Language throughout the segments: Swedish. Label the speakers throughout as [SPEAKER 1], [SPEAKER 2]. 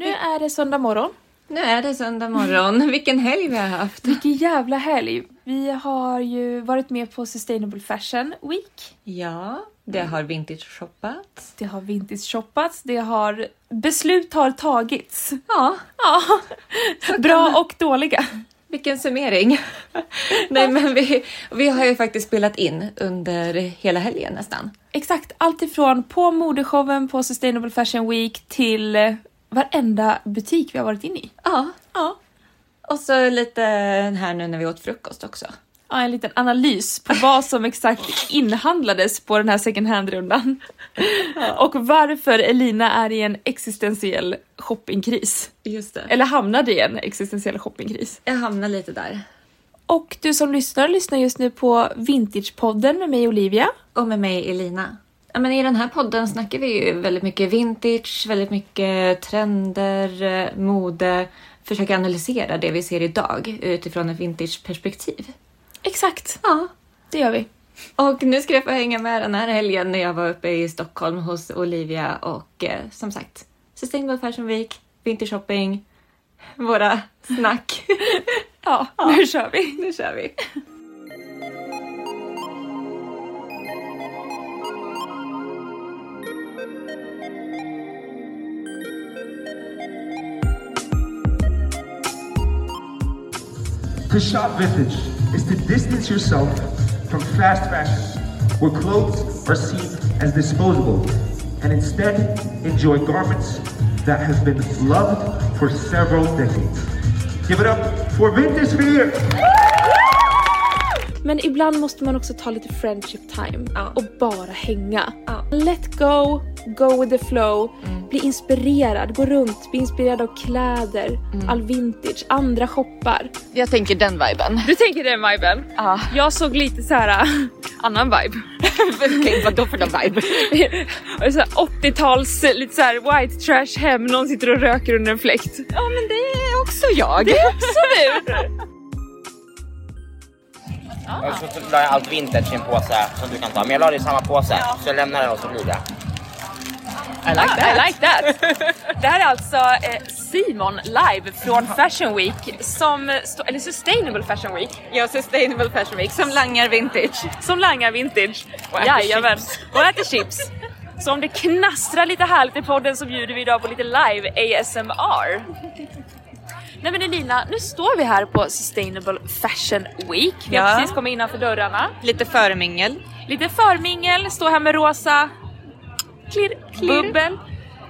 [SPEAKER 1] är det söndag morgon.
[SPEAKER 2] Nu är det söndag morgon. Vilken helg vi har haft.
[SPEAKER 1] Vilken jävla helg! Vi har ju varit med på Sustainable Fashion Week.
[SPEAKER 2] Ja, det har vintage shoppat.
[SPEAKER 1] Det har vintage-shoppats, det har... Beslut har tagits.
[SPEAKER 2] Ja,
[SPEAKER 1] Ja, bra och dåliga.
[SPEAKER 2] vilken summering. Nej, men vi, vi har ju faktiskt spelat in under hela helgen nästan.
[SPEAKER 1] Exakt, allt ifrån på modeshowen på Sustainable Fashion Week till eh, varenda butik vi har varit inne i.
[SPEAKER 2] Ja,
[SPEAKER 1] Ja.
[SPEAKER 2] och så lite här nu när vi åt frukost också.
[SPEAKER 1] Ja, en liten analys på vad som exakt inhandlades på den här second hand-rundan. Och varför Elina är i en existentiell shoppingkris.
[SPEAKER 2] Just det.
[SPEAKER 1] Eller hamnade i en existentiell shoppingkris.
[SPEAKER 2] Jag hamnar lite där.
[SPEAKER 1] Och du som lyssnar lyssnar just nu på Vintagepodden med mig Olivia.
[SPEAKER 2] Och med mig Elina. Ja, men I den här podden snackar vi ju väldigt mycket vintage, väldigt mycket trender, eh, mode. Försöker analysera det vi ser idag utifrån ett vintageperspektiv.
[SPEAKER 1] Exakt,
[SPEAKER 2] Ja.
[SPEAKER 1] det gör vi.
[SPEAKER 2] Och nu ska jag få hänga med den här helgen när jag var uppe i Stockholm hos Olivia och eh, som sagt Sustainable Fashion Week, vintershopping, våra snack.
[SPEAKER 1] Ja, nu kör vi.
[SPEAKER 2] nu kör vi!
[SPEAKER 3] To shop vintage is to distance yourself from fast fashion, where clothes are seen as disposable, and instead enjoy garments that have been loved for several decades. Give it up for Vintage Fear!
[SPEAKER 1] Men ibland måste man också ta lite friendship time
[SPEAKER 2] Ja.
[SPEAKER 1] och bara hänga.
[SPEAKER 2] Ja.
[SPEAKER 1] Let go, go with the flow, bli inspirerad, gå runt, bli inspirerad av kläder, all vintage, andra shoppar.
[SPEAKER 2] Jag tänker den viben.
[SPEAKER 1] Du tänker den viben?
[SPEAKER 2] Ja.
[SPEAKER 1] Jag såg lite så här äh, annan vibe.
[SPEAKER 2] Okej, vadå för någon vibe?
[SPEAKER 1] Och så här 80-tals, lite så här white trash hem, någon sitter och röker under en fläkt.
[SPEAKER 2] Ja men det är också jag.
[SPEAKER 4] Och så så la jag allt vintage i en påse som du kan ta. Men jag la det i samma påse. Så jag lämnar den och så blir det.
[SPEAKER 2] I like that.
[SPEAKER 1] I like that. Det här är alltså eh, Simon live från Fashion Week, som, stå- eller Sustainable Fashion Week,
[SPEAKER 2] Ja, Sustainable Fashion Week som langar vintage.
[SPEAKER 1] som langar vintage.
[SPEAKER 2] Och äter
[SPEAKER 1] Jajamän. Och äter chips. Så om det knastrar lite härligt i podden så bjuder vi idag på lite live ASMR. Nej men Elina, nu står vi här på Sustainable Fashion Week. Vi har
[SPEAKER 2] Ja.
[SPEAKER 1] precis kommit innanför dörrarna.
[SPEAKER 2] Lite förmingel.
[SPEAKER 1] Lite förmingel, stå här med rosa klirr,
[SPEAKER 2] Klirr.
[SPEAKER 1] bubbel.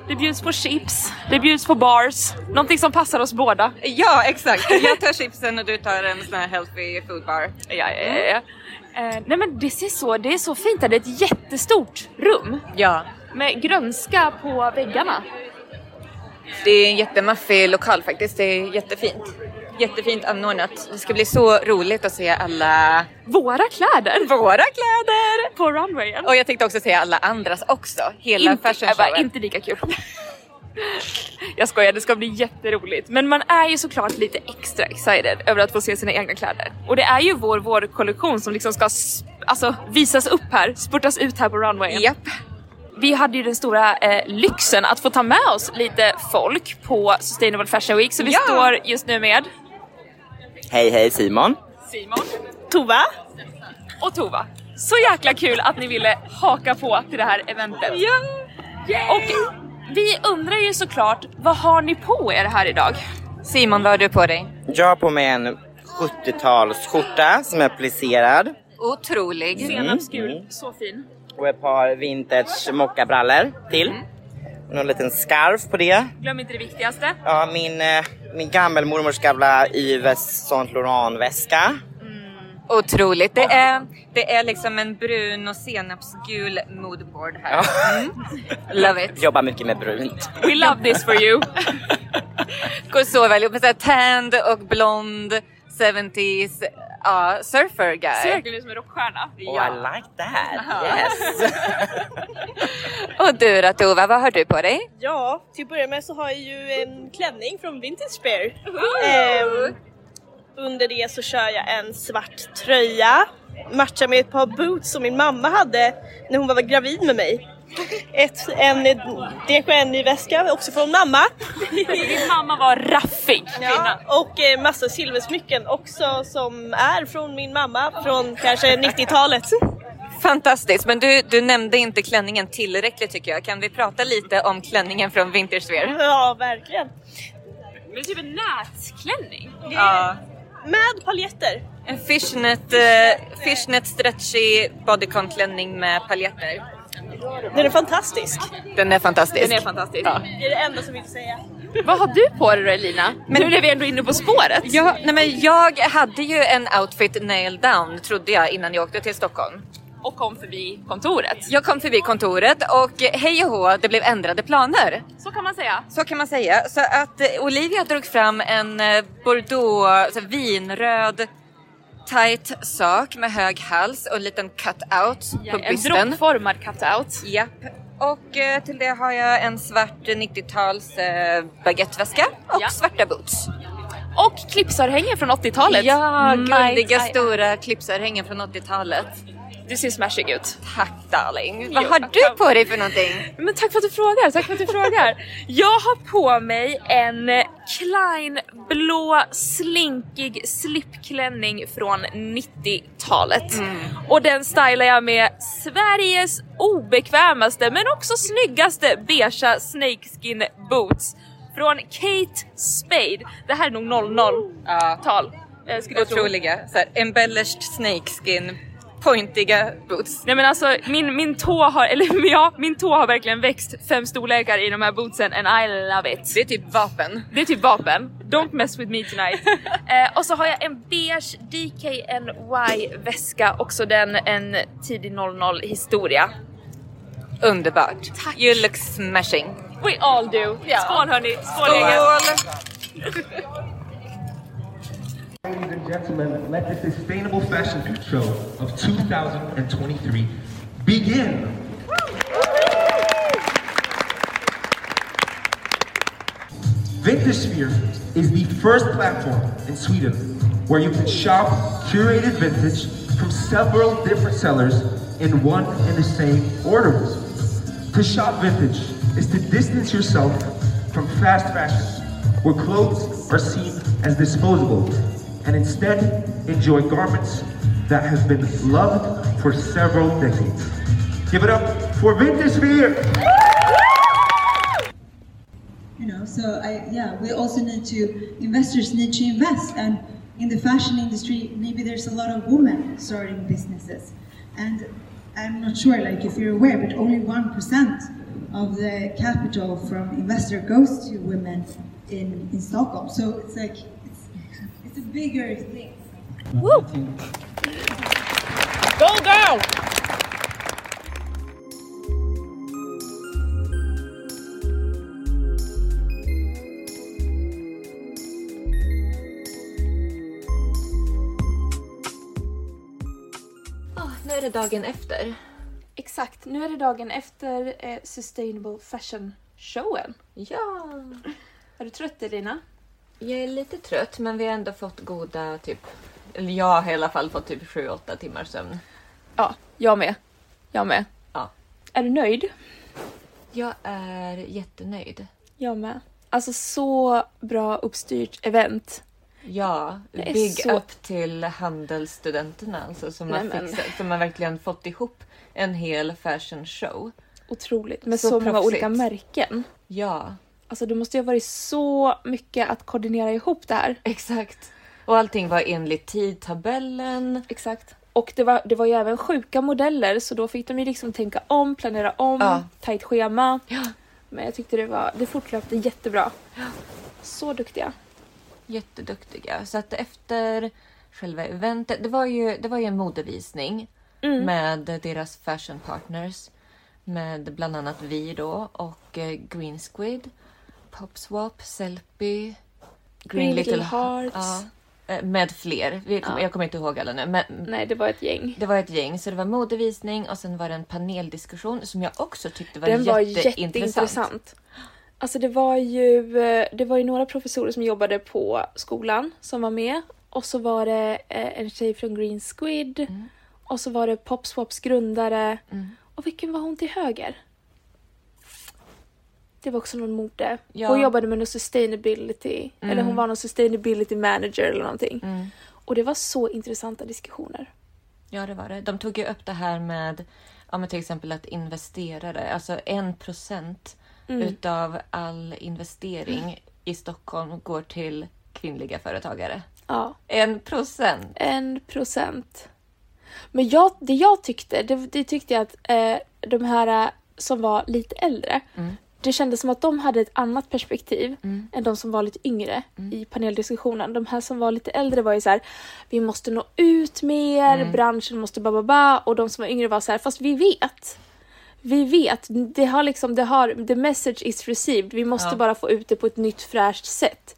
[SPEAKER 1] Det bjuds på chips, det bjuds på bars. Någonting som passar oss båda.
[SPEAKER 2] Ja, exakt. Jag tar chipsen och du tar en sån här healthy food bar.
[SPEAKER 1] Ja, ja, ja, ja. Eh, nej men det ser så, det är så fint här. Det är ett jättestort rum
[SPEAKER 2] Ja.
[SPEAKER 1] med grönska på väggarna.
[SPEAKER 2] Det är en jättemaffig lokal faktiskt. Det är jättefint. Jättefint anordnat. Det ska bli så roligt att se alla
[SPEAKER 1] Våra kläder
[SPEAKER 2] våra kläder.
[SPEAKER 1] på runwayen.
[SPEAKER 2] Och jag tänkte också se alla andras också. Hela
[SPEAKER 1] Inte,
[SPEAKER 2] fashion
[SPEAKER 1] äh, bara,
[SPEAKER 2] showen.
[SPEAKER 1] inte lika kul. Jag skojar, det ska bli jätteroligt. Men man är ju såklart lite extra excited över att få se sina egna kläder. Och det är ju vår vårkollektion som liksom ska sp- alltså, visas upp här, spurtas ut här på runwayen.
[SPEAKER 2] Japp.
[SPEAKER 1] Vi hade ju den stora eh, lyxen att få ta med oss lite folk på Sustainable Fashion Week, så vi
[SPEAKER 2] Ja!
[SPEAKER 1] står just nu med
[SPEAKER 4] Hej hej Simon.
[SPEAKER 1] Simon, Tova och Tova. Så jäkla kul att ni ville haka på till det här eventet.
[SPEAKER 2] Ja.
[SPEAKER 1] Och vi undrar ju såklart, vad har ni på er här idag?
[SPEAKER 2] Simon, vad har du på dig?
[SPEAKER 4] Jag har på mig en 70-talsskjorta som är plisserad.
[SPEAKER 2] Otrolig.
[SPEAKER 1] Senapsgul, så fin.
[SPEAKER 4] Och ett par vintage mockabrallor till. Och någon liten scarf på det.
[SPEAKER 1] Glöm inte det viktigaste.
[SPEAKER 4] Ja, min, eh, min gammelmormors gamla Yves Saint Laurent väska.
[SPEAKER 2] Otroligt. Det är, det är liksom en brun och senapsgul moodboard här. Love it.
[SPEAKER 4] Jobbar mycket med brunt.
[SPEAKER 1] We love this for you.
[SPEAKER 2] Går så väl ihop. Så här Tanned och blond, 70s. Ja, surfer
[SPEAKER 1] Ser
[SPEAKER 2] guy.
[SPEAKER 1] verkligen ut som en rockstjärna.
[SPEAKER 4] Oh, I like that. Yes.
[SPEAKER 2] Och du då Tova, vad har du på dig?
[SPEAKER 5] Ja, till att börja med så har jag ju en klänning från Vintage Bear. Ehm, under det så kör jag en svart tröja, matchar med ett par boots som min mamma hade när hon var gravid med mig. ett, en DKN i väska, också från mamma.
[SPEAKER 1] Din mamma var raffig kvinna.
[SPEAKER 5] Och eh, massa silversmycken också som är från min mamma från kanske 90-talet.
[SPEAKER 2] Fantastiskt, men du, du nämnde inte klänningen tillräckligt tycker jag. Kan vi prata lite om klänningen från Wintersphere?
[SPEAKER 5] Ja, verkligen.
[SPEAKER 1] Men typ en nätklänning.
[SPEAKER 2] Ja.
[SPEAKER 5] Med paljetter.
[SPEAKER 2] En fishnet, eh, fishnet stretchy bodycon-klänning med paljetter.
[SPEAKER 5] Den är fantastisk.
[SPEAKER 2] Den är fantastisk.
[SPEAKER 1] Den är fantastisk.
[SPEAKER 5] Det är det enda som jag vill säga.
[SPEAKER 1] Vad har du på dig då Elina?
[SPEAKER 2] Men-
[SPEAKER 1] nu när vi ändå är inne på spåret.
[SPEAKER 2] Ja, nej men jag hade ju en outfit nailed down trodde jag innan jag åkte till Stockholm.
[SPEAKER 1] Och kom förbi kontoret.
[SPEAKER 2] Jag kom förbi kontoret och hej och hå, det blev ändrade planer.
[SPEAKER 1] Så kan man säga.
[SPEAKER 2] Så kan man säga. Så att eh, Olivia drog fram en eh, bordeaux, alltså vinröd tight sak med hög hals och en liten cut-out på
[SPEAKER 1] en
[SPEAKER 2] bysten.
[SPEAKER 1] droppformad cutout.
[SPEAKER 2] Japp. Och eh, till det har jag en svart eh, 90-tals eh, baguetteväska och
[SPEAKER 1] Ja.
[SPEAKER 2] svarta boots.
[SPEAKER 1] Och clipsörhängen från 80-talet.
[SPEAKER 2] Ja,
[SPEAKER 1] Might
[SPEAKER 2] guldiga
[SPEAKER 1] I-
[SPEAKER 2] stora clipsörhängen från 80-talet.
[SPEAKER 1] Du ser smashig ut.
[SPEAKER 2] Tack darling. Vad
[SPEAKER 1] Jo,
[SPEAKER 2] har
[SPEAKER 1] tack.
[SPEAKER 2] du på dig för någonting?
[SPEAKER 1] Men tack för att du frågar, tack för att du frågar. Jag har på mig en Klein blå slinkig slipklänning från 90-talet. Och den stylar jag med Sveriges obekvämaste men också snyggaste beigea snakeskin boots från Kate Spade. Det här är nog 00-tal. eh, skulle jag tro.
[SPEAKER 2] Otroliga. Så här, embellished snakeskin, pointiga boots.
[SPEAKER 1] Nej men alltså min, min tå har, eller ja, min tå har verkligen växt fem storlekar i de här bootsen and I love it.
[SPEAKER 2] Det är typ vapen.
[SPEAKER 1] Det är typ vapen. Don't mess with me tonight. eh, och så har jag en beige DKNY väska, också den en tidig 00 historia.
[SPEAKER 2] Underbart. You look smashing.
[SPEAKER 1] We all do. Skål hörni, skål gänget.
[SPEAKER 2] Skål!
[SPEAKER 3] Ladies and gentlemen, let the Sustainable Fashion Show of 2023 begin. Vintasphere is the first platform in Sweden where you can shop curated vintage from several different sellers in one and the same order. To shop vintage is to distance yourself from fast fashion, where clothes are seen as disposable, and instead enjoy garments that have been loved for several decades. Give it up for Vintasphere!
[SPEAKER 6] you know so i yeah we also need to investors need to invest and in the fashion industry maybe there's a lot of women starting businesses and i'm not sure like if you're aware but only 1% of the capital from investor goes to women in, in stockholm so it's like it's, it's a bigger thing
[SPEAKER 2] nu är det dagen efter.
[SPEAKER 7] Exakt, nu är det dagen efter eh, Sustainable Fashion-showen.
[SPEAKER 2] Ja,
[SPEAKER 7] Är du trött Elina?
[SPEAKER 2] jag är lite trött men vi har ändå fått goda typ, eller jag har i alla fall fått typ 7-8 timmars sömn.
[SPEAKER 7] Ja, jag med. Jag med.
[SPEAKER 2] Ja.
[SPEAKER 7] Är du nöjd?
[SPEAKER 2] Jag är jättenöjd.
[SPEAKER 7] Jag med. Alltså så bra uppstyrt event.
[SPEAKER 2] Ja,
[SPEAKER 7] Jag är
[SPEAKER 2] big
[SPEAKER 7] så-
[SPEAKER 2] up till handelsstudenterna alltså, som, har
[SPEAKER 7] Nej, men.
[SPEAKER 2] fixat, som har verkligen fått ihop en hel fashion show.
[SPEAKER 7] Otroligt. Med
[SPEAKER 2] Så
[SPEAKER 7] så, många
[SPEAKER 2] proffsigt.
[SPEAKER 7] olika märken.
[SPEAKER 2] Ja,
[SPEAKER 7] Alltså det måste ju ha varit så mycket att koordinera ihop det här.
[SPEAKER 2] exakt. Och allting var enligt tidtabellen.
[SPEAKER 7] Exakt. Och det var, det var ju även sjuka modeller så då fick de ju liksom tänka om, planera om,
[SPEAKER 2] Ja.
[SPEAKER 7] tajt schema.
[SPEAKER 2] Ja.
[SPEAKER 7] Men jag tyckte det var, det fortlöpte jättebra. Så duktiga.
[SPEAKER 2] Jätteduktiga. Så att efter själva eventet, det var ju, det var ju en modevisning
[SPEAKER 7] Mm.
[SPEAKER 2] med deras fashion partners. Med bland annat vi då och eh, Green Squid, Popswap, Sellpy,
[SPEAKER 7] Green Little Hearts.
[SPEAKER 2] ja, eh, med fler. Vi, Jag kommer inte ihåg alla nu. Men
[SPEAKER 7] Nej, det var ett gäng.
[SPEAKER 2] det var ett gäng. Så det var modevisning och sen var det en paneldiskussion som jag också tyckte var,
[SPEAKER 7] Den var
[SPEAKER 2] jätteintressant.
[SPEAKER 7] jätteintressant. Alltså det var ju, eh, det var ju några professorer som jobbade på skolan som var med och så var det eh, en tjej från Green
[SPEAKER 2] Mm.
[SPEAKER 7] Squid och så var det Popswaps grundare och vilken var hon till höger? Det var också någon mode.
[SPEAKER 2] Ja. Mm.
[SPEAKER 7] Hon jobbade med någon sustainability. Eller hon var någon sustainability manager eller någonting. Och det var så intressanta diskussioner.
[SPEAKER 2] Ja, det var det. De tog ju upp det här med ja, men till exempel att investerare, alltså en procent utav all investering i Stockholm går till kvinnliga företagare.
[SPEAKER 7] Ja,
[SPEAKER 2] En procent!
[SPEAKER 7] en procent. Men jag, det jag tyckte, det, det tyckte jag att eh, de här eh, som var lite äldre, det kändes som att de hade ett annat perspektiv än de som var lite yngre i paneldiskussionen. De här som var lite äldre var ju så här, vi måste nå ut mer, branschen måste ba ba ba och de som var yngre var så här, fast vi vet. Vi vet, det har liksom, det har, the message is received, vi måste
[SPEAKER 2] Ja.
[SPEAKER 7] bara få ut det på ett nytt fräscht sätt.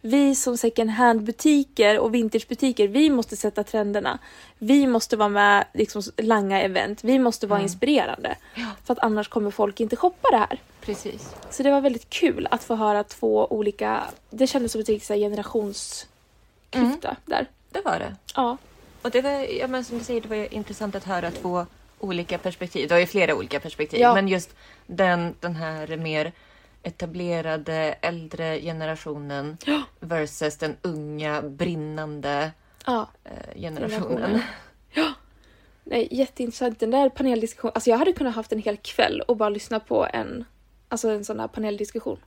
[SPEAKER 7] Vi som second hand butiker och vintagebutiker, vi måste sätta trenderna. Vi måste vara med, liksom langa event, vi måste
[SPEAKER 1] Mm.
[SPEAKER 7] vara inspirerande. För att annars kommer folk inte shoppa det här.
[SPEAKER 2] Precis.
[SPEAKER 7] Så det var väldigt kul att få höra två olika, det kändes som ett riktigt så här generationsklyfta där.
[SPEAKER 2] Det var det.
[SPEAKER 7] Ja.
[SPEAKER 2] Och det var, ja, men som du säger, det var ju intressant att höra två olika perspektiv. Det var ju flera olika perspektiv,
[SPEAKER 7] Ja.
[SPEAKER 2] men just den, den här mer etablerade äldre generationen versus den unga brinnande
[SPEAKER 7] ja.
[SPEAKER 2] eh,
[SPEAKER 7] Generationen.
[SPEAKER 2] generationen.
[SPEAKER 7] Nej, jätteintressant. Den där paneldiskussionen, alltså jag hade kunnat haft en hel kväll och bara lyssna på en, alltså en sån här paneldiskussion.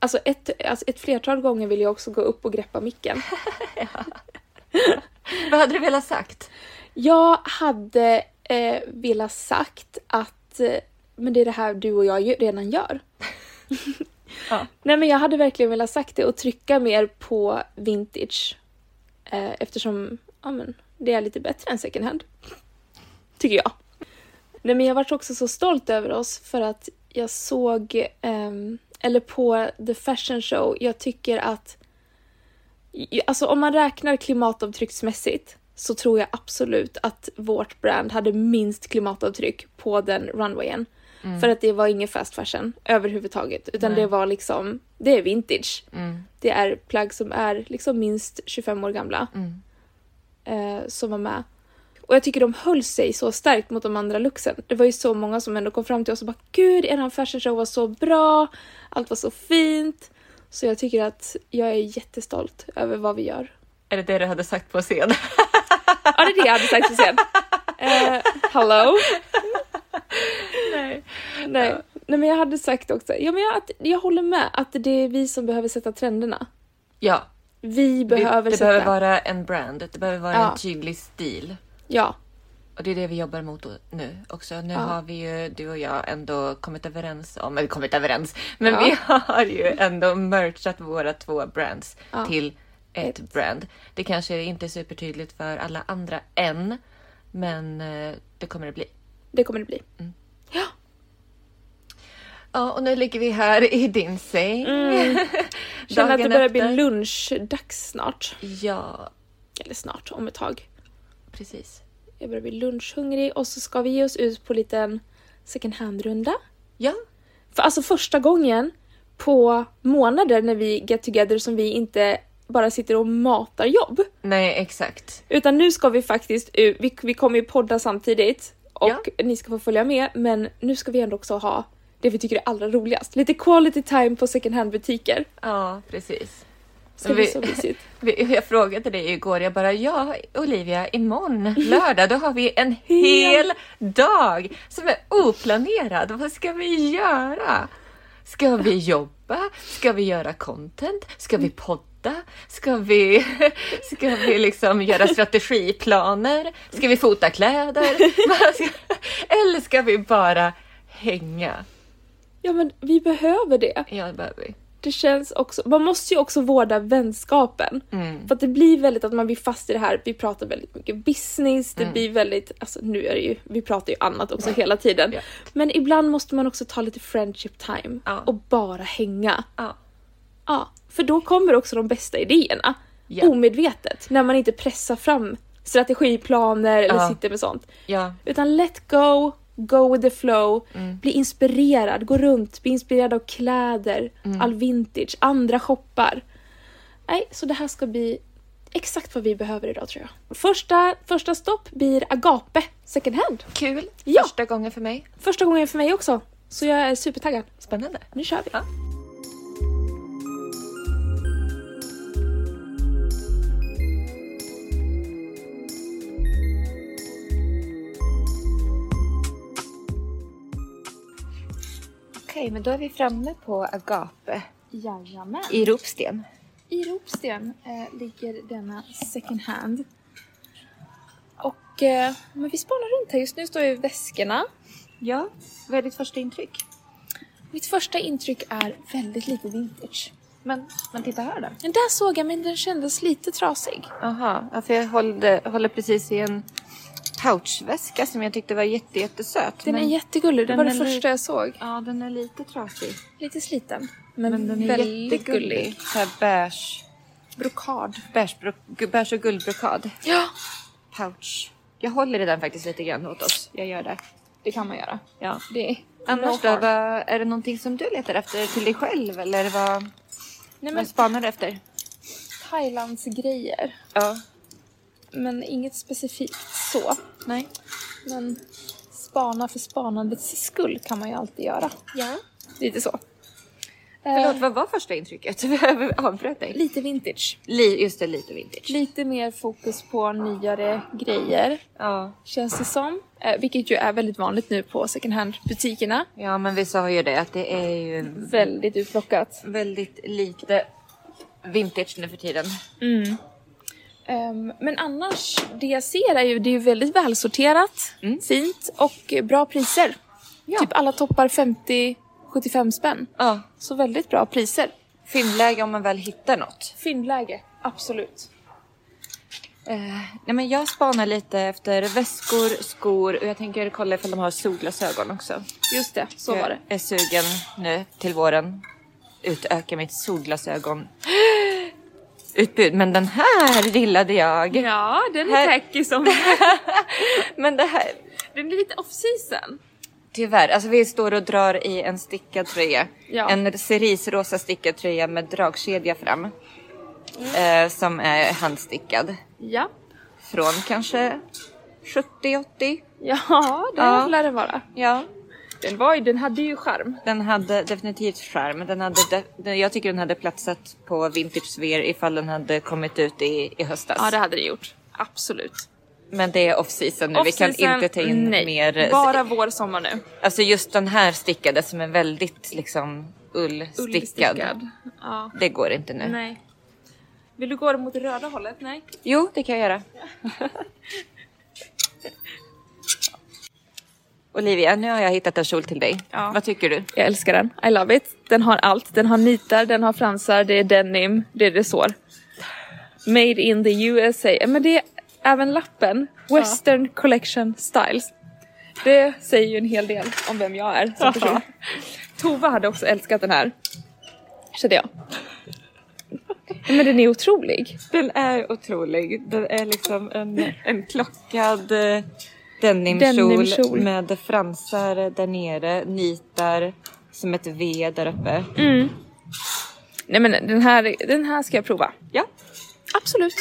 [SPEAKER 7] Alltså, ett, alltså ett flertal gånger vill jag också gå upp och greppa micken.
[SPEAKER 2] Vad hade du velat sagt?
[SPEAKER 7] Jag hade eh, velat sagt att eh, men det är det här du och jag ju- redan gör.
[SPEAKER 2] Ja.
[SPEAKER 7] Nej men jag hade verkligen velat sagt det och trycka mer på vintage. Eh, eftersom ja, men, det är lite bättre än second hand. Tycker jag. Nej men jag var också så stolt över oss för att jag såg, ehm, eller på the fashion show, jag tycker att i- Alltså om man räknar klimatavtrycksmässigt så tror jag absolut att vårt brand hade minst klimatavtryck på den runwayen. För att det var ingen fast fashion överhuvudtaget utan det var liksom, det är vintage. Det är plagg som är liksom minst 25 år gamla. Eh, som var med. Och jag tycker de höll sig så starkt mot de andra looksen. Det var ju så många som ändå kom fram till oss och bara gud eran fashion show var så bra, allt var så fint. Så jag tycker att jag är jättestolt över vad vi gör.
[SPEAKER 2] Är det det du hade sagt på scen?
[SPEAKER 7] Ja, det är det jag hade sagt till sen. Eh, hello? Nej. Nej. Nej, men jag hade sagt också, ja, men jag, att, jag håller med att det är vi som behöver sätta trenderna.
[SPEAKER 2] ja,
[SPEAKER 7] Vi
[SPEAKER 2] vi-
[SPEAKER 7] behöver
[SPEAKER 2] det
[SPEAKER 7] sätta...
[SPEAKER 2] behöver vara en brand, det behöver vara
[SPEAKER 7] Ja.
[SPEAKER 2] en tydlig stil.
[SPEAKER 7] Ja,
[SPEAKER 2] Och det är det vi jobbar mot nu också. Nu har vi ju, du och jag, ändå kommit överens om, eller kommit överens, men
[SPEAKER 7] Ja.
[SPEAKER 2] vi har ju ändå merchat våra två brands till ett, brand. Det kanske inte är supertydligt för alla andra än, men eh, det kommer det bli.
[SPEAKER 7] det kommer det bli.
[SPEAKER 2] Ja, och nu ligger vi här i din säng.
[SPEAKER 7] Mm. Känner att det
[SPEAKER 2] Dagen
[SPEAKER 7] börjar bli
[SPEAKER 2] efter.
[SPEAKER 7] lunchdags snart.
[SPEAKER 2] Ja,
[SPEAKER 7] Eller snart, om ett tag.
[SPEAKER 2] precis.
[SPEAKER 7] Jag börjar bli lunchhungrig och så ska vi ge oss ut på en liten second hand-runda.
[SPEAKER 2] Ja,
[SPEAKER 7] För alltså första gången på månader när vi get together som vi inte bara sitter och matar jobb.
[SPEAKER 2] nej exakt.
[SPEAKER 7] Utan nu ska vi faktiskt ut, vi, vi kommer ju podda samtidigt och
[SPEAKER 2] Ja.
[SPEAKER 7] ni ska få följa med men nu ska vi ändå också ha det vi tycker är allra roligast. Lite quality time på second hand butiker.
[SPEAKER 2] Ja, precis.
[SPEAKER 7] Ska bli
[SPEAKER 2] Vi-
[SPEAKER 7] så mysigt.
[SPEAKER 2] Vi- Jag frågade dig igår, jag bara ja Olivia, imorgon lördag då har vi en hel dag som är oplanerad. Vad ska vi göra? Ska vi jobba? Ska vi göra content? Ska vi podda? Ska vi, ska vi liksom göra strategiplaner? Ska vi fota kläder? Vad ska- Eller ska vi bara hänga?
[SPEAKER 7] Ja men vi behöver det.
[SPEAKER 2] Ja, det behöver vi.
[SPEAKER 7] Det känns också, man måste ju också vårda vänskapen.
[SPEAKER 2] Mm.
[SPEAKER 7] För att det blir väldigt att man blir fast i det här, vi pratar väldigt mycket business, det blir väldigt, alltså nu är det ju, vi pratar ju annat också hela tiden.
[SPEAKER 2] Mm. Ja.
[SPEAKER 7] Men ibland måste man också ta lite friendship time
[SPEAKER 2] Ja.
[SPEAKER 7] och bara hänga.
[SPEAKER 2] Ja.
[SPEAKER 7] Ja, för då kommer också de bästa idéerna.
[SPEAKER 2] Ja.
[SPEAKER 7] Omedvetet, när man inte pressar fram strategiplaner eller
[SPEAKER 2] Ja.
[SPEAKER 7] sitter med sånt.
[SPEAKER 2] Ja,
[SPEAKER 7] Utan let go, go with the flow, bli inspirerad, gå runt, bli inspirerad av kläder, all vintage, andra shoppar. Nej, så det här ska bli exakt vad vi behöver idag tror jag. Första, första stopp blir Agape second hand.
[SPEAKER 2] kul.
[SPEAKER 7] Ja.
[SPEAKER 2] Första gången för mig.
[SPEAKER 7] Första gången för mig också. Så jag är supertaggad.
[SPEAKER 2] Spännande.
[SPEAKER 7] Nu kör vi!
[SPEAKER 2] Ja. Okej, men då är vi framme på Agape
[SPEAKER 7] Jajamän!
[SPEAKER 2] i Ropsten.
[SPEAKER 7] I Ropsten eh, ligger denna second hand. Och eh, men vi spanar runt här. Just nu står vi i väskorna.
[SPEAKER 2] Ja, vad är ditt första intryck?
[SPEAKER 7] Mitt första intryck är väldigt lite vintage.
[SPEAKER 2] Men, men titta här då.
[SPEAKER 7] Den där såg jag men den kändes lite trasig.
[SPEAKER 2] Jaha, ja, för alltså jag hållde, håller precis i en pouchväska som jag tyckte var jätte, jättesöt.
[SPEAKER 7] Den
[SPEAKER 2] men,
[SPEAKER 7] är jättegullig. Det
[SPEAKER 2] den
[SPEAKER 7] var det
[SPEAKER 2] är li-
[SPEAKER 7] första jag såg.
[SPEAKER 2] Ja, den är lite trasig.
[SPEAKER 7] Lite sliten. Men,
[SPEAKER 2] Men den är
[SPEAKER 7] väldigt
[SPEAKER 2] jättegullig.
[SPEAKER 7] gullig.
[SPEAKER 2] Så här beige,
[SPEAKER 7] Brokad.
[SPEAKER 2] beige, bro- gu- beige och guldbrokad.
[SPEAKER 7] Ja,
[SPEAKER 2] Pouch. Jag håller i den faktiskt lite grann åt oss. Jag gör det.
[SPEAKER 7] det kan man göra.
[SPEAKER 2] Ja.
[SPEAKER 7] Det är
[SPEAKER 2] Annars då,
[SPEAKER 7] harm.
[SPEAKER 2] vad, är det någonting som du letar efter till dig själv eller vad,
[SPEAKER 7] Nej men
[SPEAKER 2] vad spanar du efter?
[SPEAKER 7] Thailands grejer.
[SPEAKER 2] Ja.
[SPEAKER 7] Men inget specifikt så.
[SPEAKER 2] Nej.
[SPEAKER 7] Men spana för spanandets skull kan man ju alltid göra.
[SPEAKER 2] Ja.
[SPEAKER 7] Lite så.
[SPEAKER 2] Förlåt,
[SPEAKER 7] Eh,
[SPEAKER 2] vad var första intrycket? Jag avbröt dig.
[SPEAKER 7] lite vintage.
[SPEAKER 2] Li, just det, lite vintage.
[SPEAKER 7] Lite mer fokus på nyare grejer
[SPEAKER 2] Ja.
[SPEAKER 7] känns det som. Eh, vilket ju är väldigt vanligt nu på second hand-butikerna.
[SPEAKER 2] ja, men vi sa ju det att det är ju
[SPEAKER 7] Väldigt utplockat.
[SPEAKER 2] väldigt lite vintage nu för tiden.
[SPEAKER 7] Ehm, men annars, det jag ser är ju det är ju väldigt välsorterat, fint och eh, bra priser. Typ alla toppar 50-75 spänn.
[SPEAKER 2] Ja.
[SPEAKER 7] Så väldigt bra priser.
[SPEAKER 2] Fyndläge om man väl hittar något.
[SPEAKER 7] Fyndläge, absolut.
[SPEAKER 2] Eh, nej men jag spanar lite efter väskor, skor och jag tänker kolla ifall de har solglasögon också.
[SPEAKER 7] Just det, så var det.
[SPEAKER 2] Jag är sugen nu till våren. Utöka mitt solglasögon utbud. Men den här gillade jag.
[SPEAKER 7] Ja, den
[SPEAKER 2] Här-
[SPEAKER 7] tacky som...
[SPEAKER 2] Men det här.
[SPEAKER 7] den är lite off-season.
[SPEAKER 2] Tyvärr, alltså vi står och drar i en stickad tröja.
[SPEAKER 7] Ja.
[SPEAKER 2] En cerisrosa stickad tröja med dragkedja fram. Eh, som är handstickad.
[SPEAKER 7] Mm. Ja.
[SPEAKER 2] Från kanske 70-80.
[SPEAKER 7] Ja, det
[SPEAKER 2] Ja.
[SPEAKER 7] lär den vara.
[SPEAKER 2] Ja.
[SPEAKER 7] Den, var ju, den hade ju charm.
[SPEAKER 2] Den hade definitivt charm. Den hade de- den, jag tycker den hade platsat på Vintage Sphere ifall den hade kommit ut i, i höstas.
[SPEAKER 7] Ja, det hade den gjort. Absolut.
[SPEAKER 2] Men det är off-season nu. vi kan
[SPEAKER 7] Off-season,
[SPEAKER 2] inte ta in
[SPEAKER 7] nej.
[SPEAKER 2] mer. eh,
[SPEAKER 7] Bara vår, sommar nu.
[SPEAKER 2] Alltså just den här stickade som är väldigt liksom ullstickad.
[SPEAKER 7] Ullstickad. Ja.
[SPEAKER 2] Det går inte nu.
[SPEAKER 7] Nej. Vill du gå mot det röda hållet? Nej.
[SPEAKER 2] Jo, det kan jag göra. Olivia, nu har jag hittat en kjol till dig.
[SPEAKER 7] Ja.
[SPEAKER 2] Vad tycker du?
[SPEAKER 7] Jag älskar den. I love it. Den har allt. Den har nitar, den har fransar, det är denim, det är resår. Made in the USA. Ja, Eh, Men det är även lappen. Western Collection Styles. Det säger ju en hel del om vem jag är som person. Tova hade också älskat den här. Kände jag. Ja, Men den är otrolig.
[SPEAKER 2] Den är otrolig. Den är liksom en, en klockad eh, denimkjol
[SPEAKER 7] Denimkjol.
[SPEAKER 2] med fransar där nere, nitar som ett V där uppe.
[SPEAKER 7] Nej men den här, den här ska jag prova.
[SPEAKER 2] Ja,
[SPEAKER 7] Absolut.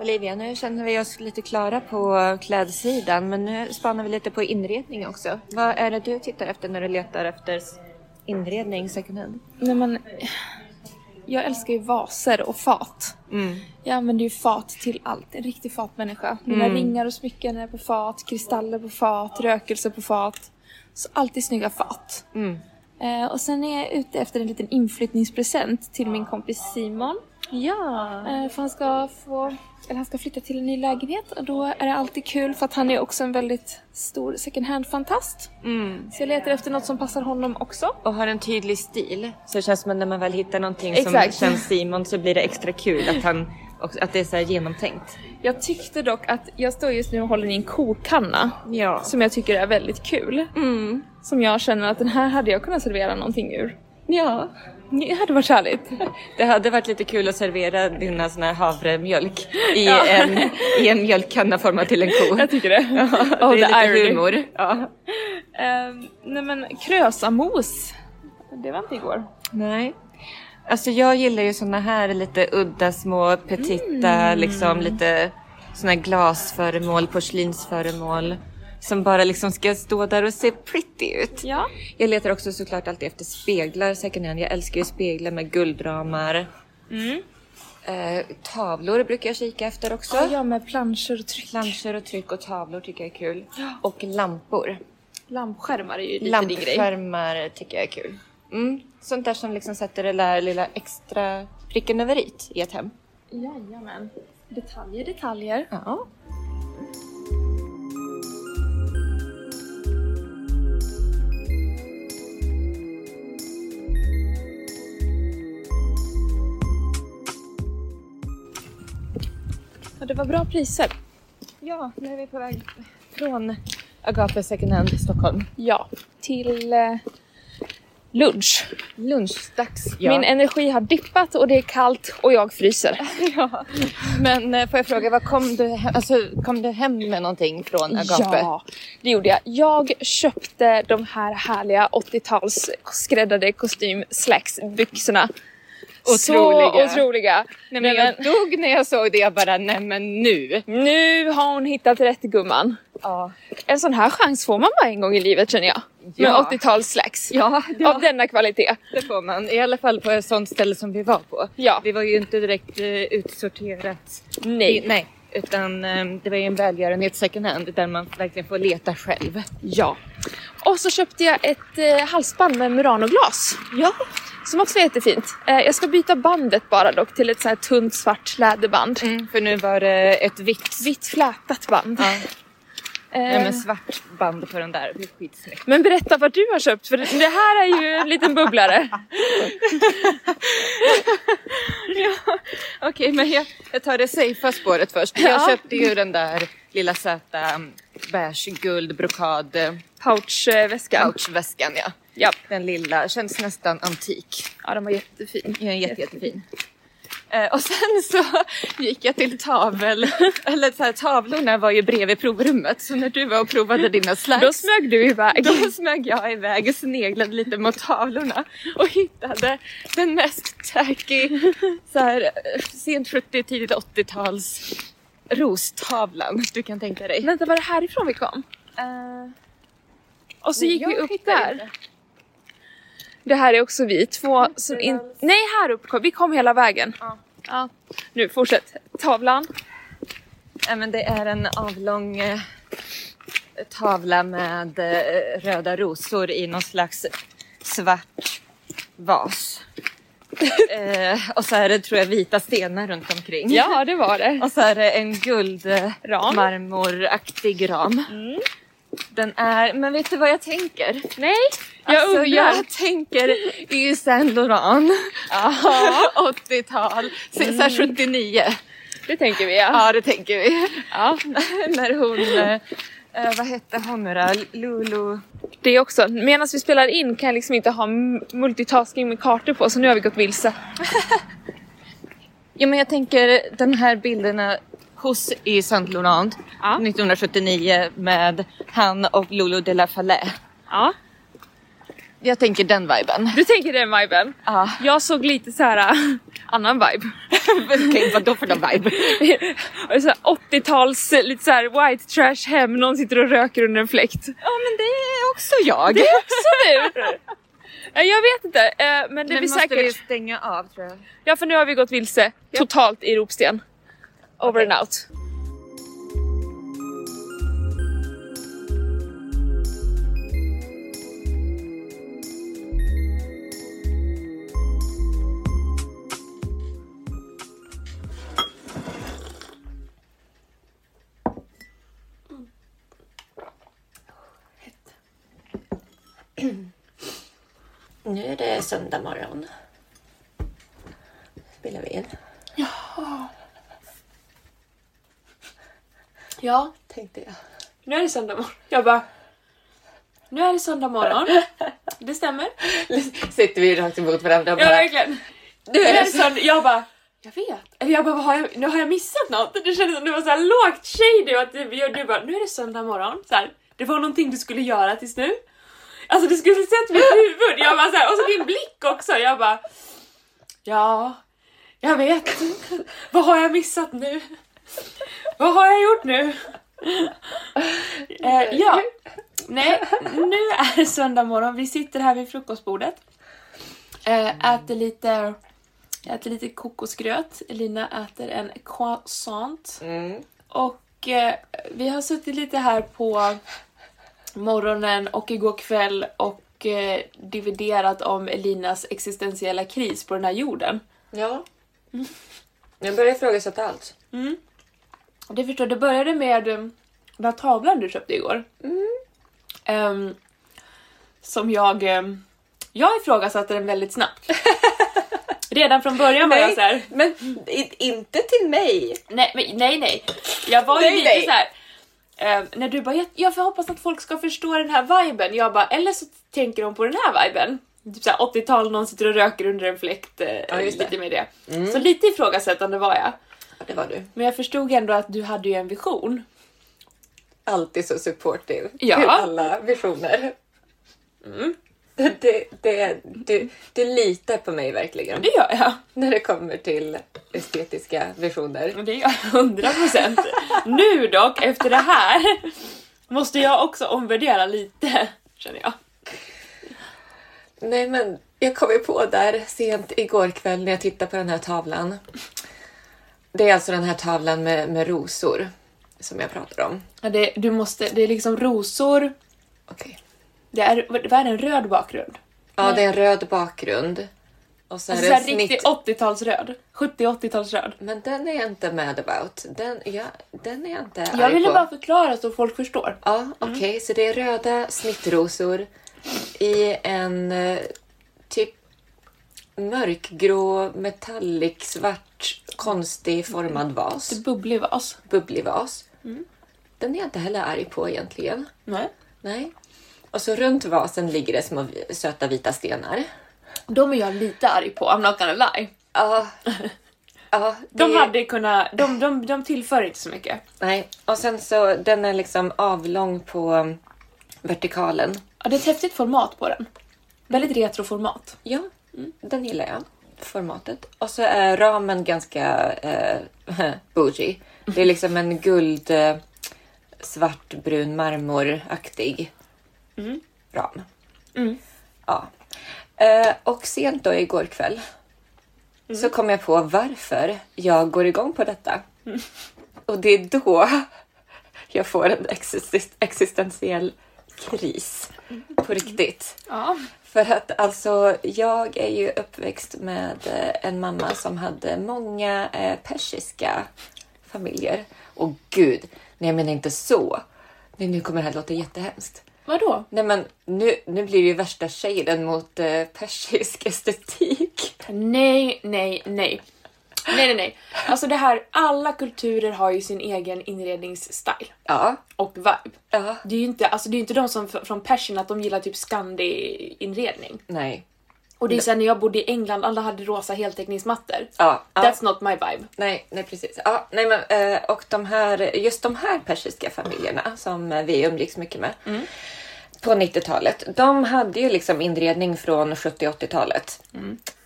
[SPEAKER 2] Olivia, nu känner vi oss lite klara på klädsidan men nu spanar vi lite på inredning också. Vad är det du tittar efter när du letar efter inredning second hand?
[SPEAKER 7] Nej men, jag älskar ju vaser och fat. Jag använder ju fat till allt. En riktig fatmänniska. Mina ringar och smycken är på fat, kristaller på fat, rökelse på fat. Så alltid snygga fat. Eh, och sen är jag ute efter en liten inflyttningspresent till min kompis Simon.
[SPEAKER 2] Ja!
[SPEAKER 7] Eh, för han ska få, eller han ska flytta till en ny lägenhet och då är det alltid kul för att han är också en väldigt stor second hand-fantast. Så jag letar efter något som passar honom också.
[SPEAKER 2] Och har en tydlig stil. Så det känns som att när man väl hittar någonting
[SPEAKER 7] Exakt.
[SPEAKER 2] som känns Simon så blir det extra kul att, han, också- att det är så här genomtänkt.
[SPEAKER 7] Jag tyckte dock att jag står just nu och håller i en kokanna
[SPEAKER 2] Ja. Mm.
[SPEAKER 7] som jag tycker är väldigt kul. Som jag känner att den här hade jag kunnat servera någonting ur.
[SPEAKER 2] ja.
[SPEAKER 7] Det hade varit härligt.
[SPEAKER 2] Det hade varit lite kul att servera dina såna här havremjölk i,
[SPEAKER 7] Ja.
[SPEAKER 2] en, i en mjölkkanna formad till en ko.
[SPEAKER 7] Jag tycker det.
[SPEAKER 2] det är
[SPEAKER 7] Oh, the
[SPEAKER 2] lite
[SPEAKER 7] irony.
[SPEAKER 2] humor. Ja.
[SPEAKER 7] Eh, nej men krösamos. Det var inte igår.
[SPEAKER 2] Nej. Alltså jag gillar ju såna här lite udda små
[SPEAKER 1] Mm.
[SPEAKER 2] petita liksom lite såna här glasföremål, porslinsföremål. som bara liksom ska stå där och se pretty ut.
[SPEAKER 1] Ja.
[SPEAKER 2] Jag letar också såklart alltid efter speglar second hand. Jag älskar ju speglar med guldramar.
[SPEAKER 1] Mm.
[SPEAKER 2] Eh, tavlor brukar jag kika efter också.
[SPEAKER 1] Ja, jag med planscher och tryck.
[SPEAKER 2] Planscher och tryck och tavlor tycker jag är kul. Och lampor.
[SPEAKER 1] Lampskärmar är ju lite din grej.
[SPEAKER 2] Lampskärmar tycker jag är kul. Mm. Sånt där som liksom sätter det där lilla extra pricken över i i ett hem.
[SPEAKER 1] Jajamän. Detaljer, detaljer.
[SPEAKER 2] Ja.
[SPEAKER 1] Ja, det var bra priser.
[SPEAKER 2] ja, nu är vi på väg från Agape second hand i Stockholm.
[SPEAKER 1] Ja, till eh, lunch.
[SPEAKER 2] Lunchdags. Ja.
[SPEAKER 1] Min energi har dippat och det är kallt och jag fryser.
[SPEAKER 2] Men eh, får jag fråga, vad kom, du hem, alltså, kom du hem med någonting från Agape?
[SPEAKER 1] Ja, det gjorde jag. Jag köpte de här härliga 80-tals skräddade kostym slacks byxorna. Så
[SPEAKER 2] Otroliga.
[SPEAKER 1] otroliga.
[SPEAKER 2] Nej,
[SPEAKER 1] Nej,
[SPEAKER 2] men
[SPEAKER 1] men,
[SPEAKER 2] jag dog när jag såg det. Jag bara, nej men nu.
[SPEAKER 1] nu har hon hittat rätt gumman.
[SPEAKER 2] Ja,
[SPEAKER 1] En sån här chans får man bara en gång i livet känner jag. Med
[SPEAKER 2] Ja.
[SPEAKER 1] 80-tals slacks.
[SPEAKER 2] ja,
[SPEAKER 1] Av denna kvalitet.
[SPEAKER 2] det får man. I alla fall på ett sånt ställe som vi var på.
[SPEAKER 1] Ja.
[SPEAKER 2] Vi var ju inte direkt eh, utsorterat.
[SPEAKER 1] Nej.
[SPEAKER 2] Nej. Utan eh, det var ju en välgörenhet second hand där man verkligen får leta själv.
[SPEAKER 1] Ja. Och så köpte jag ett eh, halsband med Murano-glas.
[SPEAKER 2] Ja.
[SPEAKER 1] Som också är jättefint. Eh, jag ska byta bandet bara dock till ett så här tunt svart läderband.
[SPEAKER 2] Mm, för nu var det ett vitt.
[SPEAKER 1] Vitt flätat band.
[SPEAKER 2] Ja.
[SPEAKER 1] Eh,
[SPEAKER 2] Nej, men
[SPEAKER 1] men...
[SPEAKER 2] svart band på den där. Det blir skitsnyggt.
[SPEAKER 1] berätta vad du har köpt för det det här är ju en liten bubblare.
[SPEAKER 2] Okej, men jag, jag tar det safea spåret först.
[SPEAKER 1] Ja.
[SPEAKER 2] Jag köpte ju den där lilla söta mm, beige guld brokad eh,
[SPEAKER 1] Pouchväskan.
[SPEAKER 2] pouchväskan. Ja.
[SPEAKER 1] Ja.
[SPEAKER 2] Den lilla, känns nästan antik.
[SPEAKER 1] ja, den var jättefin.
[SPEAKER 2] Ja, jätte, jättefin. Eh, och sen så gick jag till tavel, eller så här, tavlorna var ju bredvid provrummet så när du var och provade dina
[SPEAKER 1] Då
[SPEAKER 2] slacks
[SPEAKER 1] smög du iväg.
[SPEAKER 2] då smög jag iväg och sneglade lite mot tavlorna och hittade den mest tacky, så här, eh, sent 70 tidigt 80-tals rostavlan du kan tänka dig.
[SPEAKER 1] Vänta, var det härifrån vi kom? Och så gick vi upp där. Det här är också vi två som inte... Nej, här upp kom vi. kom hela vägen.
[SPEAKER 2] Ja.
[SPEAKER 1] Ja. Nu, fortsätt. Tavlan.
[SPEAKER 2] Ja, men det är en avlång eh, tavla med eh, röda rosor i någon slags svart vas. eh, och så är det tror jag vita stenar runt omkring.
[SPEAKER 1] Ja, det var det.
[SPEAKER 2] Och så är det en guld eh,
[SPEAKER 1] Ram. Mm.
[SPEAKER 2] marmoraktig ram. Den är, men vet du vad jag tänker?
[SPEAKER 1] Nej, jag
[SPEAKER 2] Jag alltså,
[SPEAKER 1] undrar.
[SPEAKER 2] jag tänker Yves Saint Laurent. 80-tal, så, så här 79.
[SPEAKER 1] Mm. Det tänker vi, ja.
[SPEAKER 2] Ja, det tänker vi.
[SPEAKER 1] ja.
[SPEAKER 2] när hon, eh, eh, vad hette hon nu då? Lulu?
[SPEAKER 1] Det är också. Medan vi spelar in kan jag liksom inte ha m- multitasking med kartor på, så nu har vi gått vilse.
[SPEAKER 2] Ja men jag tänker den här bilderna hos i Saint Laurent
[SPEAKER 1] Ja.
[SPEAKER 2] 1979 med han och Lulu de la Fallée.
[SPEAKER 1] Ja.
[SPEAKER 2] Jag tänker den viben.
[SPEAKER 1] Du tänker den viben?
[SPEAKER 2] Ja,
[SPEAKER 1] Jag såg lite så här äh, annan vibe.
[SPEAKER 2] okay, vadå för någon vibe?
[SPEAKER 1] Och så här 80-tals, lite så här white trash hem, någon sitter och röker under en fläkt.
[SPEAKER 2] Ja men det är också jag.
[SPEAKER 1] Det är också du! Eh, Jag vet inte, eh, men det
[SPEAKER 2] Nu
[SPEAKER 1] blir
[SPEAKER 2] måste
[SPEAKER 1] säkert...
[SPEAKER 2] vi stänga av tror jag.
[SPEAKER 1] Ja, för nu har vi gått vilse totalt i Ropsten. Over and out.
[SPEAKER 7] Nu är det söndag morgon. Spelar vi in.
[SPEAKER 1] Ja,
[SPEAKER 7] Tänkte jag.
[SPEAKER 1] nu är det söndag morgon. Jag bara... Nu är det söndag morgon. Det stämmer.
[SPEAKER 7] Sitter vi rakt emot varandra och
[SPEAKER 1] Ja,
[SPEAKER 7] bara...
[SPEAKER 1] verkligen.
[SPEAKER 7] Nu
[SPEAKER 1] Nu
[SPEAKER 7] är
[SPEAKER 1] är
[SPEAKER 7] det
[SPEAKER 1] det
[SPEAKER 7] så-
[SPEAKER 1] söndag. Jag bara... Jag vet. Eller jag bara, vad har jag, nu har jag missat något. Det kändes som det var så här lågt shady och att du, du bara, nu är det söndag morgon. Så här, det var någonting du skulle göra tills nu. Alltså du skulle sett mitt huvud. Jag bara så här, och så din blick också. Jag bara, ja, jag vet. Vad har jag missat nu? Vad har jag gjort nu?
[SPEAKER 7] Eh, ja. Nej, nu är det söndag morgon. Vi sitter här vid frukostbordet. Eh, äter lite, äter lite kokosgröt. Elina äter en croissant.
[SPEAKER 8] Mm.
[SPEAKER 7] Och eh, vi har suttit lite här på morgonen och igår kväll och eh, dividerat om Elinas existentiella kris på den här jorden.
[SPEAKER 2] Ja. Jag börjar ifrågasätta allt.
[SPEAKER 7] Och Det förstår, det började med um, den här tavlan du köpte igår. Ehm, som jag...
[SPEAKER 2] ehm,
[SPEAKER 7] Um, jag ifrågasatte den väldigt snabbt. Redan från början var jag
[SPEAKER 2] Nej.
[SPEAKER 7] så här.
[SPEAKER 2] Men i- inte till mig!
[SPEAKER 7] Nej, men, nej, nej. Jag var ju
[SPEAKER 2] Nej,
[SPEAKER 7] lite
[SPEAKER 2] nej.
[SPEAKER 7] så här. ehm, när du bara, jag, jag får hoppas att folk ska förstå den här viben. Jag bara, eller så tänker de på den här viben. Typ såhär 80-tal, någon sitter och röker under en fläkt. eh,
[SPEAKER 2] Ja, just det. Mm.
[SPEAKER 7] lite med det. Så lite ifrågasättande var jag.
[SPEAKER 2] Ja, det var du.
[SPEAKER 7] Men jag förstod ändå att du hade ju en vision.
[SPEAKER 2] Alltid så supportive
[SPEAKER 7] Ja.
[SPEAKER 2] till alla visioner. Det, det, du, du litar på mig verkligen
[SPEAKER 7] Det gör jag.
[SPEAKER 2] när det kommer till estetiska visioner.
[SPEAKER 7] Men Det är jag 100 procent. Nu dock, efter det här, måste jag också omvärdera lite, känner jag.
[SPEAKER 2] Nej men jag kom ju på där sent igår kväll när jag typ tittade på den här tavlan. Det är alltså den här tavlan med, med rosor som jag pratar om.
[SPEAKER 7] Ja, det, du måste, det är liksom rosor,
[SPEAKER 2] Okej.
[SPEAKER 7] det är, vad är det, en röd bakgrund?
[SPEAKER 2] Ja, det är en röd bakgrund. Och så är
[SPEAKER 7] Alltså
[SPEAKER 2] det en
[SPEAKER 7] såhär
[SPEAKER 2] snitt...
[SPEAKER 7] riktigt 80-talsröd. 70-80-talsröd.
[SPEAKER 2] Men den är jag inte mad about. Den, ja, den är jag inte
[SPEAKER 7] Jag
[SPEAKER 2] arg
[SPEAKER 7] ville
[SPEAKER 2] på.
[SPEAKER 7] bara Mm. förklara så folk förstår.
[SPEAKER 2] Ja, okej. Så det är röda snittrosor i en eh, typ mörkgrå, metallic, svart, konstig formad vas.
[SPEAKER 7] Bubblig vas.
[SPEAKER 2] Bubblig vas. Den är jag inte heller arg på egentligen.
[SPEAKER 7] Nej.
[SPEAKER 2] Nej. Och så runt vasen ligger det små vi- söta vita stenar.
[SPEAKER 7] De är jag lite arg på, I'm not gonna lie.
[SPEAKER 2] Ja. Ja,
[SPEAKER 7] De
[SPEAKER 2] det-
[SPEAKER 7] hade kunnat, de, de, de tillför inte så mycket.
[SPEAKER 2] Nej, och sen så den är liksom avlång på um, vertikalen.
[SPEAKER 7] Ja, det är ett häftigt format på den. Väldigt retroformat.
[SPEAKER 2] Ja, den gillar jag. Formatet. Och så är ramen ganska eh, bougie. Det är liksom en guld eh, svartbrun marmoraktig ram. Ja. Eh, och sent då igår kväll så kom jag på varför jag går igång på detta. Och det är då jag får en exist- existentiell kris på riktigt.
[SPEAKER 7] Ja.
[SPEAKER 2] För att alltså, jag är ju uppväxt med eh, en mamma som hade många eh, persiska familjer. Och gud, nej jag menar inte så. Nej, nu kommer det här låta jättehemskt.
[SPEAKER 7] Vadå?
[SPEAKER 2] Nej men nu, nu blir det ju värsta shaden mot eh, persisk estetik.
[SPEAKER 7] Nej, nej, nej. Nej, nej, nej. Alltså det här, alla kulturer har ju sin egen inredningsstil
[SPEAKER 2] Ja,
[SPEAKER 7] och vibe.
[SPEAKER 2] ja,
[SPEAKER 7] Det är ju inte, alltså det är ju inte de som fr- från Persien att de gillar typ Scandi-inredning.
[SPEAKER 2] nej.
[SPEAKER 7] Och det är sen när jag bodde i England, alla hade rosa heltäckningsmattor.
[SPEAKER 2] Ja, ja,
[SPEAKER 7] That's not my vibe.
[SPEAKER 2] nej, nej precis. Ja, nej, men, eh, och de här, just de här persiska familjerna som eh, vi umgicks mycket med på 90-talet. De hade ju liksom inredning från 70 och 80-talet.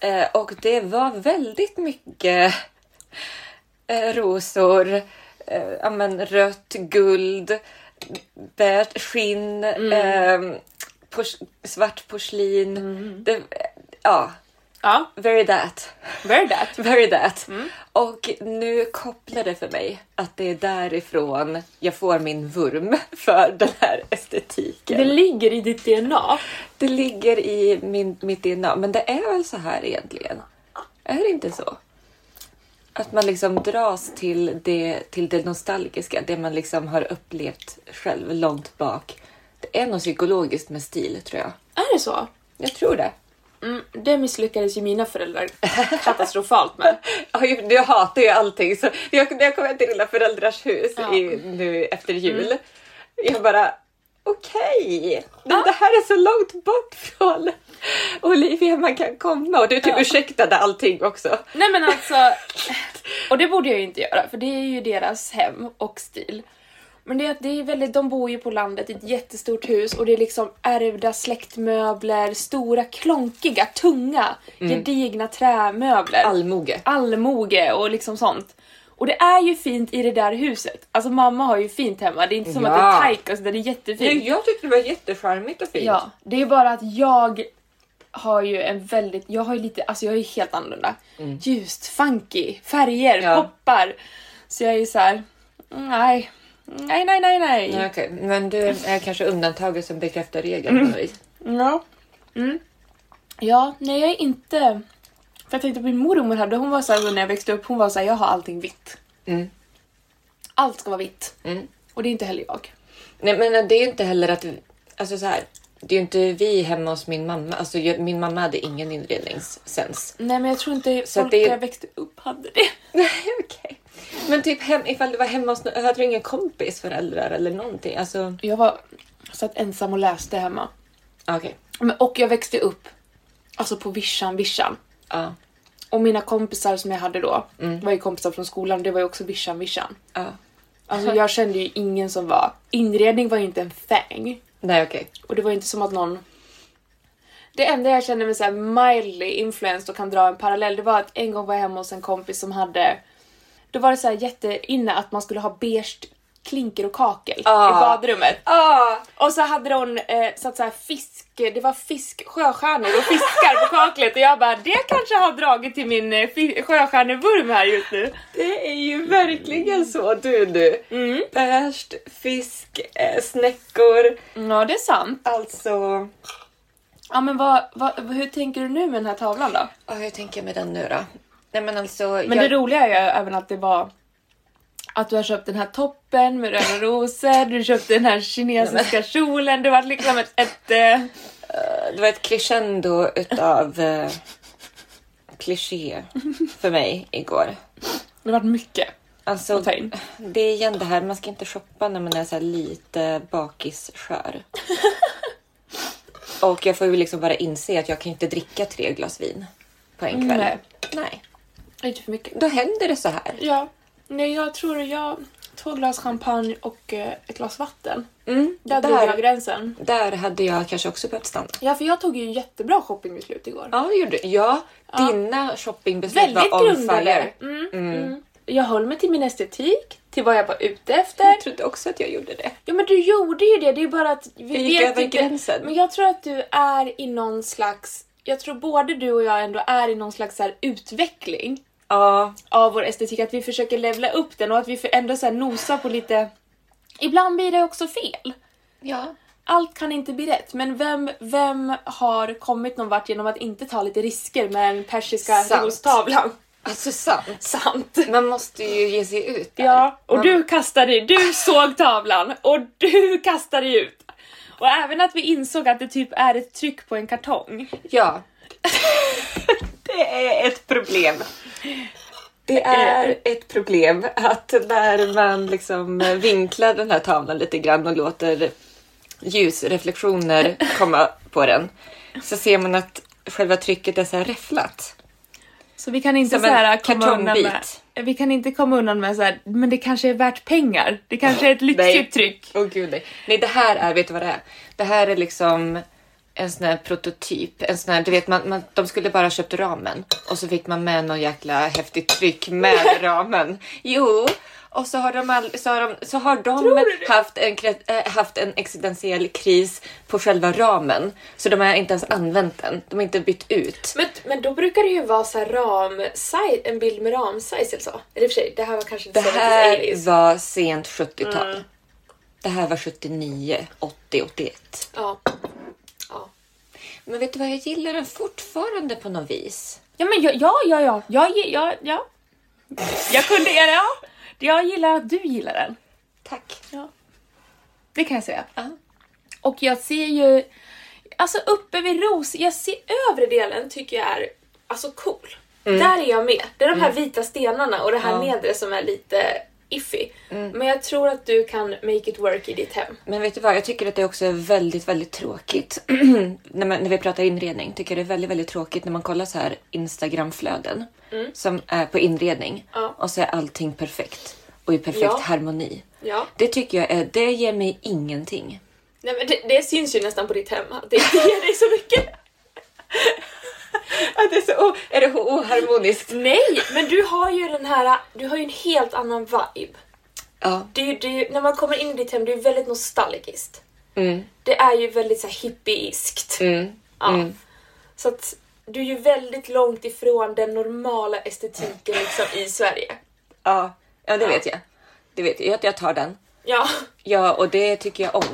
[SPEAKER 2] Eh, och det var väldigt mycket eh, rosor, eh, ja, men rött, guld, beige, skinn, eh, pors- svart porslin. Det, ja,
[SPEAKER 7] Ja,
[SPEAKER 2] very that.
[SPEAKER 7] very that. Mm.
[SPEAKER 2] Very that. Och nu kopplar det för mig att det är därifrån jag får min vurm för den här estetiken.
[SPEAKER 7] Det
[SPEAKER 2] Det,
[SPEAKER 7] ligger i ditt DNA.
[SPEAKER 2] ligger i min, mitt DNA, men det är väl så här egentligen? Är det inte så? Att man liksom dras till det, till det nostalgiska, det man liksom har upplevt själv långt bak. Det är något psykologiskt med stil tror jag.
[SPEAKER 7] Är det så?
[SPEAKER 2] Jag tror det.
[SPEAKER 7] Mm, det misslyckades ju mina föräldrar katastrofalt med.
[SPEAKER 2] Oj, Du hatar ju allting. Så jag, när jag kom hem till dina föräldrars hus
[SPEAKER 7] Ja.
[SPEAKER 2] i, nu efter jul, jag bara okej, men det här är så långt bort från Olivia man kan komma och du typ ursäktade allting också.
[SPEAKER 7] Nej men alltså, och det borde jag ju inte göra för det är ju deras hem och stil. Men det, är att det är väldigt, de bor ju på landet i ett jättestort hus och det är liksom ärvda släktmöbler, stora klonkiga,
[SPEAKER 1] Mm.
[SPEAKER 7] tunga, gedigna trämöbler.
[SPEAKER 2] Allmoge.
[SPEAKER 7] allmoge och liksom sånt.
[SPEAKER 1] Och det är ju fint i det där huset. Alltså mamma har ju fint hemma. Det är inte som att det
[SPEAKER 2] Ja.
[SPEAKER 1] är tajt, alltså, det är jättefint.
[SPEAKER 2] Nej, jag tyckte det var jättecharmigt och fint.
[SPEAKER 1] Ja, det är bara att jag har ju en väldigt, jag har ju lite, alltså jag är ju helt annorlunda. Ljust, funky, färger,
[SPEAKER 2] Mm. Ja.
[SPEAKER 1] poppar. Så jag är ju så här. mm, nej, nej, nej, nej, nej.
[SPEAKER 2] Nej, okej. Men du är kanske undantaget som bekräftar regeln på något vis.
[SPEAKER 1] Ja. Mm. Ja, nej jag är inte... För jag tänkte på min mormor hade, hon var så här, när jag växte upp, hon var så här, jag har allting vitt.
[SPEAKER 2] Mm.
[SPEAKER 1] Allt ska vara vitt.
[SPEAKER 2] Mm.
[SPEAKER 1] Och det är inte heller jag.
[SPEAKER 2] Nej, men det är ju inte heller att... Alltså så här, det är ju inte vi hemma hos min mamma. Alltså, jag, min mamma hade ingen inredningssens.
[SPEAKER 1] Nej men jag tror inte
[SPEAKER 2] Så
[SPEAKER 1] folk
[SPEAKER 2] det-
[SPEAKER 1] när jag växte upp hade det.
[SPEAKER 2] Nej, okej. Men typ hem, ifall du var hemma hos... Hade du ingen kompis, föräldrar eller någonting? Alltså,
[SPEAKER 1] Jag var satt ensam och läste hemma.
[SPEAKER 2] okej.
[SPEAKER 1] Men, och jag växte upp alltså på vischan, vischan.
[SPEAKER 2] Ja,
[SPEAKER 1] Och mina kompisar som jag hade då var ju kompisar från skolan det var ju också vischan, vischan.
[SPEAKER 2] ja.
[SPEAKER 1] Alltså jag kände ju ingen som var... Inredning var ju inte en fäng.
[SPEAKER 2] Nej, okej.
[SPEAKER 1] Och det var ju inte som att någon... Det enda jag kände mig såhär mildly influenced och kan dra en parallell, det var att en gång var jag hemma hos en kompis som hade... Då var det såhär jätteinne att man skulle ha beige klinker och kakel i
[SPEAKER 2] Ah.
[SPEAKER 1] badrummet.
[SPEAKER 2] Ah,
[SPEAKER 1] Och så hade hon eh, satt såhär fisk, det var fisk, sjöstjärnor och fiskar på kaklet och jag bara det kanske har dragit till min eh, fi- sjöstjärnevurm här just nu.
[SPEAKER 2] det är ju verkligen så du du. Mm. Bärst, fisk, eh, snäckor.
[SPEAKER 1] Ja det är sant.
[SPEAKER 2] Alltså...
[SPEAKER 1] Ja men vad, vad, hur tänker du nu med den här tavlan då?
[SPEAKER 2] Oh, hur tänker jag med den nu då? Nej men alltså...
[SPEAKER 1] Men
[SPEAKER 2] jag...
[SPEAKER 1] det roliga är ju även att det var att du har köpt den här toppen med röda rosor, du köpte den här kinesiska kjolen, det var liksom ett... ett eh,
[SPEAKER 2] Det var ett crescendo utav eh, kliché för mig igår.
[SPEAKER 1] det var mycket
[SPEAKER 2] Alltså,
[SPEAKER 1] att ta in.
[SPEAKER 2] det är igen det här, man ska inte shoppa när man är så här lite bakisskör. Och jag får ju liksom bara inse att jag kan ju inte dricka tre glas vin på en kväll.
[SPEAKER 1] Nej.
[SPEAKER 2] Nej.
[SPEAKER 1] Lite typ för mycket.
[SPEAKER 2] Då händer det så här.
[SPEAKER 1] Ja. Nej, jag tror jag... Två glas champagne och eh, ett glas vatten.
[SPEAKER 2] Mm,
[SPEAKER 1] Där, drog jag
[SPEAKER 2] där,
[SPEAKER 1] gränsen.
[SPEAKER 2] där hade jag kanske också behövt stanna.
[SPEAKER 1] Ja, för jag tog ju jättebra shoppingbeslut igår.
[SPEAKER 2] Ja, det gjorde du. Ja, dina shoppingbeslut
[SPEAKER 1] Väldigt
[SPEAKER 2] var on
[SPEAKER 1] grundade.
[SPEAKER 2] fire.
[SPEAKER 1] Mm, mm. Jag höll mig till min estetik, till vad jag var ute efter.
[SPEAKER 2] Jag trodde också att jag gjorde det.
[SPEAKER 1] Ja men du gjorde ju det, det är bara att vi
[SPEAKER 2] Jag gick över
[SPEAKER 1] inte-
[SPEAKER 2] gränsen.
[SPEAKER 1] Men jag tror att du är i någon slags, jag tror både du och jag ändå är i någon slags så här utveckling
[SPEAKER 2] Ja,
[SPEAKER 1] av vår estetik, att vi försöker levla upp den och att vi för- ändå så här nosar på lite... Ibland blir det också fel.
[SPEAKER 2] ja.
[SPEAKER 1] Allt kan inte bli rätt, men vem, vem har kommit någon vart genom att inte ta lite risker med den persiska
[SPEAKER 2] Sant.
[SPEAKER 1] rostavlan?
[SPEAKER 2] Alltså sant.
[SPEAKER 1] Sant!
[SPEAKER 2] Man måste ju ge sig ut. där.
[SPEAKER 1] Ja, och
[SPEAKER 2] Man-
[SPEAKER 1] du kastade dig, du såg tavlan och du kastade dig ut. Och även att vi insåg att det typ är ett tryck på en kartong.
[SPEAKER 2] Ja. det är ett problem. Det är ett problem att när man liksom vinklar den här tavlan lite grann och låter ljusreflektioner komma på den så ser man att själva trycket är så här räfflat.
[SPEAKER 1] Så vi kan inte
[SPEAKER 2] Som en
[SPEAKER 1] såhär komma undan med...
[SPEAKER 2] kartongbit.
[SPEAKER 1] Vi kan inte komma undan med såhär, men det kanske är värt pengar. Det kanske är ett
[SPEAKER 7] Typ
[SPEAKER 2] Nej.
[SPEAKER 1] lyxigt tryck.
[SPEAKER 2] Åh gud nej. Nej det här är, vet du vad det är? Det här är liksom en sån här prototyp. En sån här, du vet, man, man, de skulle bara ha köpt ramen och så fick man med någon jäkla häftigt tryck med ramen. Jo, och så har de, all, så har de, så har de haft, en, kre- eh, haft en existentiell kris på själva ramen. Så de har inte ens använt den. De har inte bytt ut.
[SPEAKER 7] Men, men då brukar det ju vara så här ram en bild med ramsize eller så. Eller i och för sig, det här var kanske
[SPEAKER 2] Det
[SPEAKER 7] inte
[SPEAKER 2] här var sent 70-tal. Det här var 79, 80, 81.
[SPEAKER 7] Ja.
[SPEAKER 2] Men vet du vad, jag gillar den fortfarande på något vis.
[SPEAKER 1] Ja men ja, ja, ja, ja, ja, ja, ja. Jag kunde, ja, ja. Jag gillar att du gillar den.
[SPEAKER 2] Tack.
[SPEAKER 1] Det kan jag säga.
[SPEAKER 2] Ja.
[SPEAKER 1] Och jag ser ju,
[SPEAKER 7] Alltså uppe vid ros, jag ser övre delen tycker jag är alltså cool.
[SPEAKER 2] Mm.
[SPEAKER 7] Där är jag med. Det är de här vita stenarna och det här nedre som är lite iffy.
[SPEAKER 2] Mm.
[SPEAKER 7] Men jag tror att du kan make it work i ditt hem.
[SPEAKER 2] Men vet du vad, jag tycker att det också är väldigt, väldigt tråkigt när, man, när vi pratar inredning. Tycker jag det är väldigt, väldigt tråkigt när man kollar så här Instagramflöden som är på inredning
[SPEAKER 7] Ja.
[SPEAKER 2] och så är allting perfekt och i perfekt
[SPEAKER 7] Ja.
[SPEAKER 2] harmoni.
[SPEAKER 7] Ja.
[SPEAKER 2] Det tycker jag är, det ger mig ingenting.
[SPEAKER 7] Nej men det, det syns ju nästan på ditt hem. att Det ger dig så mycket.
[SPEAKER 2] Att det är, så, o- är det o- oharmoniskt?
[SPEAKER 7] Nej, men du har ju den här, du har ju en helt annan vibe.
[SPEAKER 2] Ja.
[SPEAKER 7] Det är ju- det är ju- när man kommer in i ditt hem, det är ju väldigt nostalgiskt.
[SPEAKER 2] Mm.
[SPEAKER 7] Det är ju väldigt så här, hippieiskt.
[SPEAKER 2] Mm.
[SPEAKER 7] Ja. Så att du är ju väldigt långt ifrån den normala estetiken liksom, i Sverige.
[SPEAKER 2] Ja. ja, det vet jag. Det vet jag. Jag tar den.
[SPEAKER 7] Ja,
[SPEAKER 2] Ja, och det tycker jag om.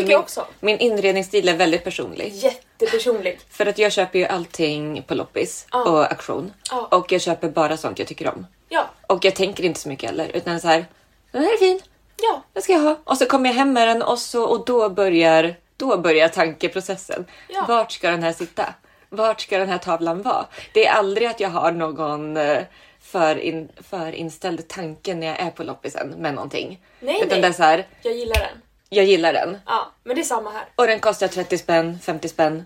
[SPEAKER 7] det tycker
[SPEAKER 2] min,
[SPEAKER 7] jag också.
[SPEAKER 2] Min inredningsstil är väldigt personlig.
[SPEAKER 7] jättepersonlig.
[SPEAKER 2] För att jag köper ju allting på loppis
[SPEAKER 7] Ja.
[SPEAKER 2] och auktion.
[SPEAKER 7] Ja.
[SPEAKER 2] Och jag köper bara sånt jag tycker om.
[SPEAKER 7] Ja,
[SPEAKER 2] Och jag tänker inte så mycket heller. Utan så här, den här är fin.
[SPEAKER 7] ja.
[SPEAKER 2] Den ska jag ha. Och så kommer jag hem med den och, så, och då, börjar, då börjar tankeprocessen.
[SPEAKER 7] Ja.
[SPEAKER 2] Vart ska den här sitta? Vart ska den här tavlan vara? Det är aldrig att jag har någon eh, förin, förinställd tanke när jag är på loppisen med någonting.
[SPEAKER 7] Nej,
[SPEAKER 2] Utan
[SPEAKER 7] nej.
[SPEAKER 2] det är så här,
[SPEAKER 7] Jag gillar den.
[SPEAKER 2] jag gillar den.
[SPEAKER 7] Ja, men det är samma här.
[SPEAKER 2] Och den kostar 30 spänn, 50 spänn.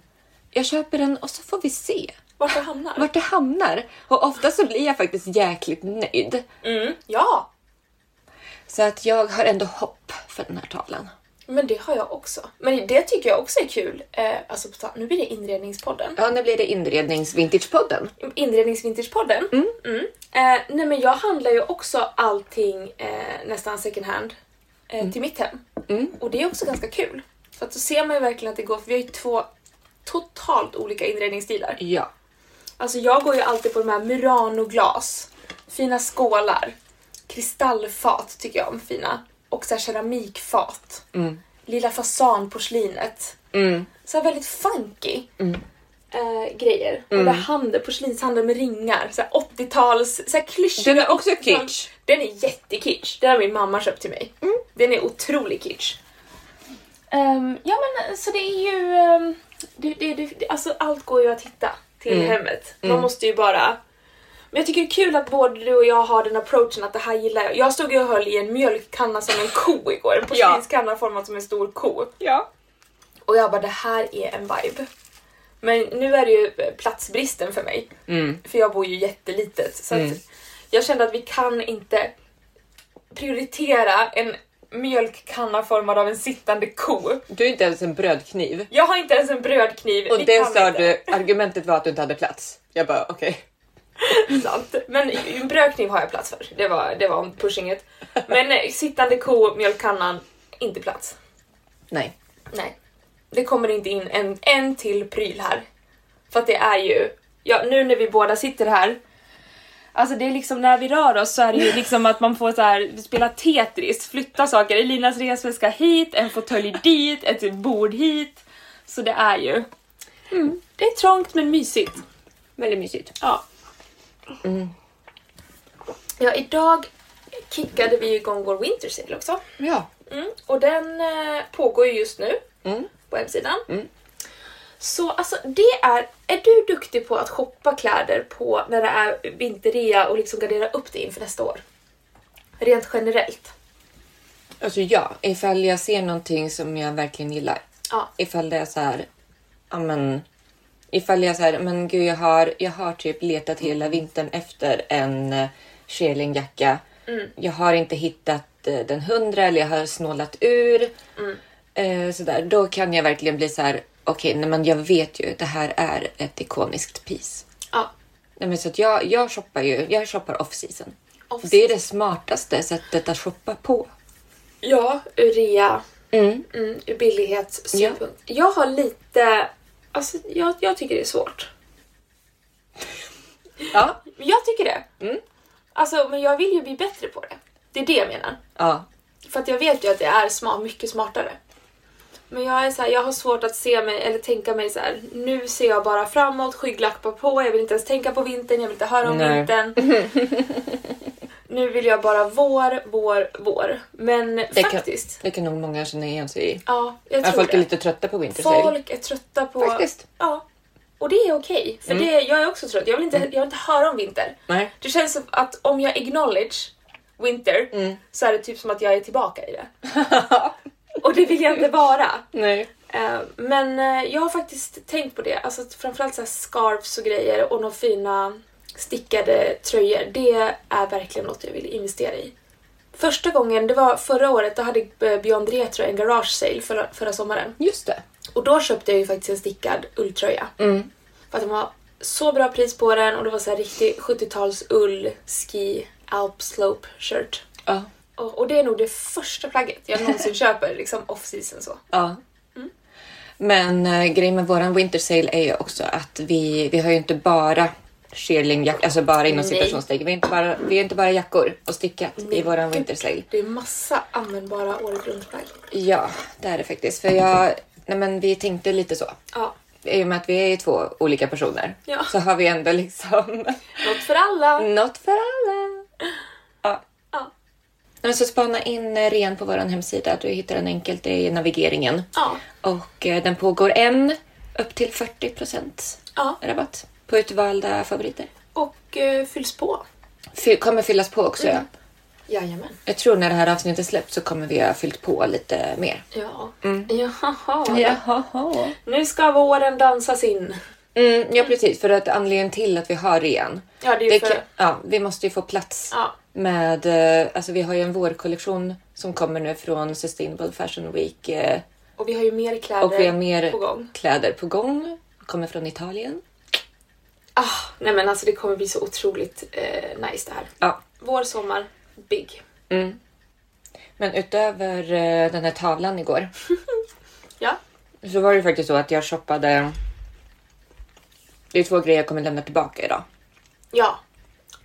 [SPEAKER 2] Jag köper den och så får vi se
[SPEAKER 7] Vart jag hamnar.
[SPEAKER 2] vart det hamnar. Och ofta så blir jag faktiskt jäkligt nöjd.
[SPEAKER 7] Mm. Ja,
[SPEAKER 2] Så att jag har ändå hopp för den här tavlan.
[SPEAKER 7] men det har jag också. Men det tycker jag också är kul. Eh, alltså, på ta- nu blir det inredningspodden.
[SPEAKER 2] Ja, nu blir det inrednings-vintagepodden.
[SPEAKER 7] Inredningsvintagepodden. Mm. Eh, nej men jag handlar ju också allting eh, nästan second hand eh, till mitt hem.
[SPEAKER 2] Mm.
[SPEAKER 7] Och det är också ganska kul. För att då ser man ju verkligen att det går, för vi har ju två totalt olika inredningsstilar.
[SPEAKER 2] Ja.
[SPEAKER 7] Alltså jag går ju alltid på de här Murano-glas, fina skålar, kristallfat tycker jag om fina och så här keramikfat. Lilla fasanporslinet.
[SPEAKER 2] Mm.
[SPEAKER 7] Så här väldigt funky eh, grejer.
[SPEAKER 2] Mm.
[SPEAKER 7] Och där handel, porslinshandel med ringar, så här 80-tals, så här klyschiga
[SPEAKER 2] Den är också
[SPEAKER 7] 80-tal.
[SPEAKER 2] kitsch. Mm.
[SPEAKER 7] Den är jättekitsch. Den har min mamma köpt till mig. Den är otrolig kitsch. Ehm, ja men så det är ju... ehm, det, det, det, det- alltså allt går ju att hitta till
[SPEAKER 2] Mm.
[SPEAKER 7] hemmet. Man måste ju bara... Men jag tycker det är kul att både du och jag har den approachen att det här gillar jag. Jag stod ju och höll i en mjölkkanna som en ko igår. En porslinskanna formad som en stor ko.
[SPEAKER 2] Ja.
[SPEAKER 7] Och jag bara det här är en vibe. Men nu är det ju platsbristen för mig. För jag bor ju jättelitet. Så
[SPEAKER 2] Mm.
[SPEAKER 7] att jag kände att vi kan inte prioritera en mjölkkanna formad av en sittande ko.
[SPEAKER 2] Du är inte ens en brödkniv.
[SPEAKER 7] Jag har inte ens en brödkniv.
[SPEAKER 2] Och
[SPEAKER 7] vi
[SPEAKER 2] det
[SPEAKER 7] kan
[SPEAKER 2] sa
[SPEAKER 7] inte.
[SPEAKER 2] du, argumentet var att du inte hade plats. Jag bara okej.
[SPEAKER 7] sant. Men en brödkniv har jag plats för. Det var, det var om pushinget. Men eh, sittande ko, mjölkkannan, inte plats.
[SPEAKER 2] Nej.
[SPEAKER 7] Nej. Det kommer inte in en, en till pryl här. För att det är ju, ja, nu när vi båda sitter här, alltså det är liksom när vi rör oss så är det ju liksom att man får så här, spela Tetris, flytta saker. Elinas resväska hit, en fåtölj dit, ett bord hit. Så det är ju, det är trångt men mysigt.
[SPEAKER 2] Väldigt mysigt.
[SPEAKER 7] Ja. Mm. Ja, idag kickade vi igång vår Winter Sale också.
[SPEAKER 2] Ja.
[SPEAKER 7] Mm, och den eh, pågår ju just nu
[SPEAKER 2] Mm.
[SPEAKER 7] på hemsidan. Så alltså det är, är du duktig på att shoppa kläder på när det är vinterrea och liksom gardera upp det inför nästa år? Rent generellt.
[SPEAKER 2] Alltså ja, ifall jag ser någonting som jag verkligen gillar.
[SPEAKER 7] Ja.
[SPEAKER 2] Ifall det är så här, ja men. Ifall jag så här, men gud jag har, jag har typ letat hela vintern efter en eh, shelingjacka. Jag har inte hittat eh, den hundra eller jag har snålat ur. Eh, så där. Då kan jag verkligen bli så här, okej nej men jag vet ju det här är ett ikoniskt piece.
[SPEAKER 7] Ja.
[SPEAKER 2] Nej, men så att jag, jag shoppar ju, jag shoppar off season.
[SPEAKER 7] Off
[SPEAKER 2] Det är det smartaste sättet att shoppa på.
[SPEAKER 7] Ja, ur rea,
[SPEAKER 2] Mm.
[SPEAKER 7] mm, ur billighetssynpunkt. Jag har lite, alltså jag, jag tycker det är svårt.
[SPEAKER 2] Ja. Mm.
[SPEAKER 7] Men Jag tycker det. Alltså, men jag vill ju bli bättre på det. Det är det jag menar.
[SPEAKER 2] Ja.
[SPEAKER 7] För att jag vet ju att det är smart, mycket smartare. Men jag, är så här, jag har svårt att se mig eller tänka mig så här. nu ser jag bara framåt, skygglappar på, jag vill inte ens tänka på vintern, jag vill inte höra om
[SPEAKER 2] Nej.
[SPEAKER 7] vintern. nu vill jag bara vår, vår, vår. Men
[SPEAKER 2] Det kan,
[SPEAKER 7] faktiskt.
[SPEAKER 2] det kan nog många känna igen sig i.
[SPEAKER 7] Ja, jag
[SPEAKER 2] Ja,
[SPEAKER 7] tror
[SPEAKER 2] folk är
[SPEAKER 7] det.
[SPEAKER 2] lite trötta på Winter Sale.
[SPEAKER 7] Folk är trötta på...
[SPEAKER 2] Faktiskt. Mm.
[SPEAKER 7] Ja. Och det är okej, för det, jag är också trött. Jag vill, inte, jag vill inte höra om vinter.
[SPEAKER 2] Nej.
[SPEAKER 7] Det känns som att om jag acknowledge winter
[SPEAKER 2] Mm.
[SPEAKER 7] så är det typ som att jag är tillbaka i det. Och det vill jag inte vara.
[SPEAKER 2] Nej.
[SPEAKER 7] Eh, Men eh, jag har faktiskt tänkt på det. Alltså att framförallt så här scarves och grejer och några fina stickade tröjor. Det är verkligen något jag vill investera i. Första gången, det var förra året, då hade eh, Beyond Retro en garage sale förra, förra sommaren.
[SPEAKER 2] Just det. Mm.
[SPEAKER 7] Och då köpte jag ju faktiskt en stickad ulltröja. För att den var Så bra pris på den och det var så här riktig 70-tals ull ski alp slope shirt.
[SPEAKER 2] Ja.
[SPEAKER 7] Och, och det är nog det första plagget jag någonsin köper, liksom off season så.
[SPEAKER 2] Ja.
[SPEAKER 7] Mm.
[SPEAKER 2] Men eh, grejen med våran winter sale är ju också att vi, vi har ju inte bara shearlingjackor, alltså bara inom
[SPEAKER 7] Nej.
[SPEAKER 2] citationstecken. Vi, är inte bara- vi är inte bara jackor och stickat i våran winter sale.
[SPEAKER 7] Det är massa användbara året runt-plagg.
[SPEAKER 2] Ja, det är det faktiskt. För jag, nej men vi tänkte lite så.
[SPEAKER 7] Ja,
[SPEAKER 2] I och med att vi är ju två olika personer
[SPEAKER 7] Ja.
[SPEAKER 2] så har vi ändå liksom
[SPEAKER 7] något för alla.
[SPEAKER 2] något för alla. Ja.
[SPEAKER 7] Ja.
[SPEAKER 2] Nej, men så spana in eh, ren på vår hemsida. Du hittar den enkelt i navigeringen.
[SPEAKER 7] Ja.
[SPEAKER 2] Och eh, den pågår en upp till 40
[SPEAKER 7] Ja.
[SPEAKER 2] rabatt på utvalda favoriter.
[SPEAKER 7] Och eh, fylls på.
[SPEAKER 2] Fy- kommer fyllas på också.
[SPEAKER 7] Mm.
[SPEAKER 2] ja.
[SPEAKER 7] Jajamän.
[SPEAKER 2] Jag tror när det här avsnittet släpps så kommer vi ha fyllt på lite mer.
[SPEAKER 7] Ja. Jaha.
[SPEAKER 2] Jaha.
[SPEAKER 7] Nu ska våren dansas in.
[SPEAKER 2] Mm, ja precis, för att anledningen till att vi har ren.
[SPEAKER 7] Ja, det är ju för...
[SPEAKER 2] kan- ja, vi måste ju få plats
[SPEAKER 7] Ja.
[SPEAKER 2] med, eh, alltså vi har ju en vårkollektion som kommer nu från Sustainable Fashion Week eh,
[SPEAKER 7] Och vi har ju mer kläder
[SPEAKER 2] och vi har mer
[SPEAKER 7] på gång.
[SPEAKER 2] kläder på gång. Kommer från Italien.
[SPEAKER 7] Ah, nej men alltså det kommer bli så otroligt eh, nice det här.
[SPEAKER 2] Ja.
[SPEAKER 7] Vår, sommar, big.
[SPEAKER 2] Men utöver eh, den här tavlan igår
[SPEAKER 7] Ja.
[SPEAKER 2] så var det faktiskt så att jag shoppade. Det är två grejer jag kommer lämna tillbaka idag.
[SPEAKER 7] Ja.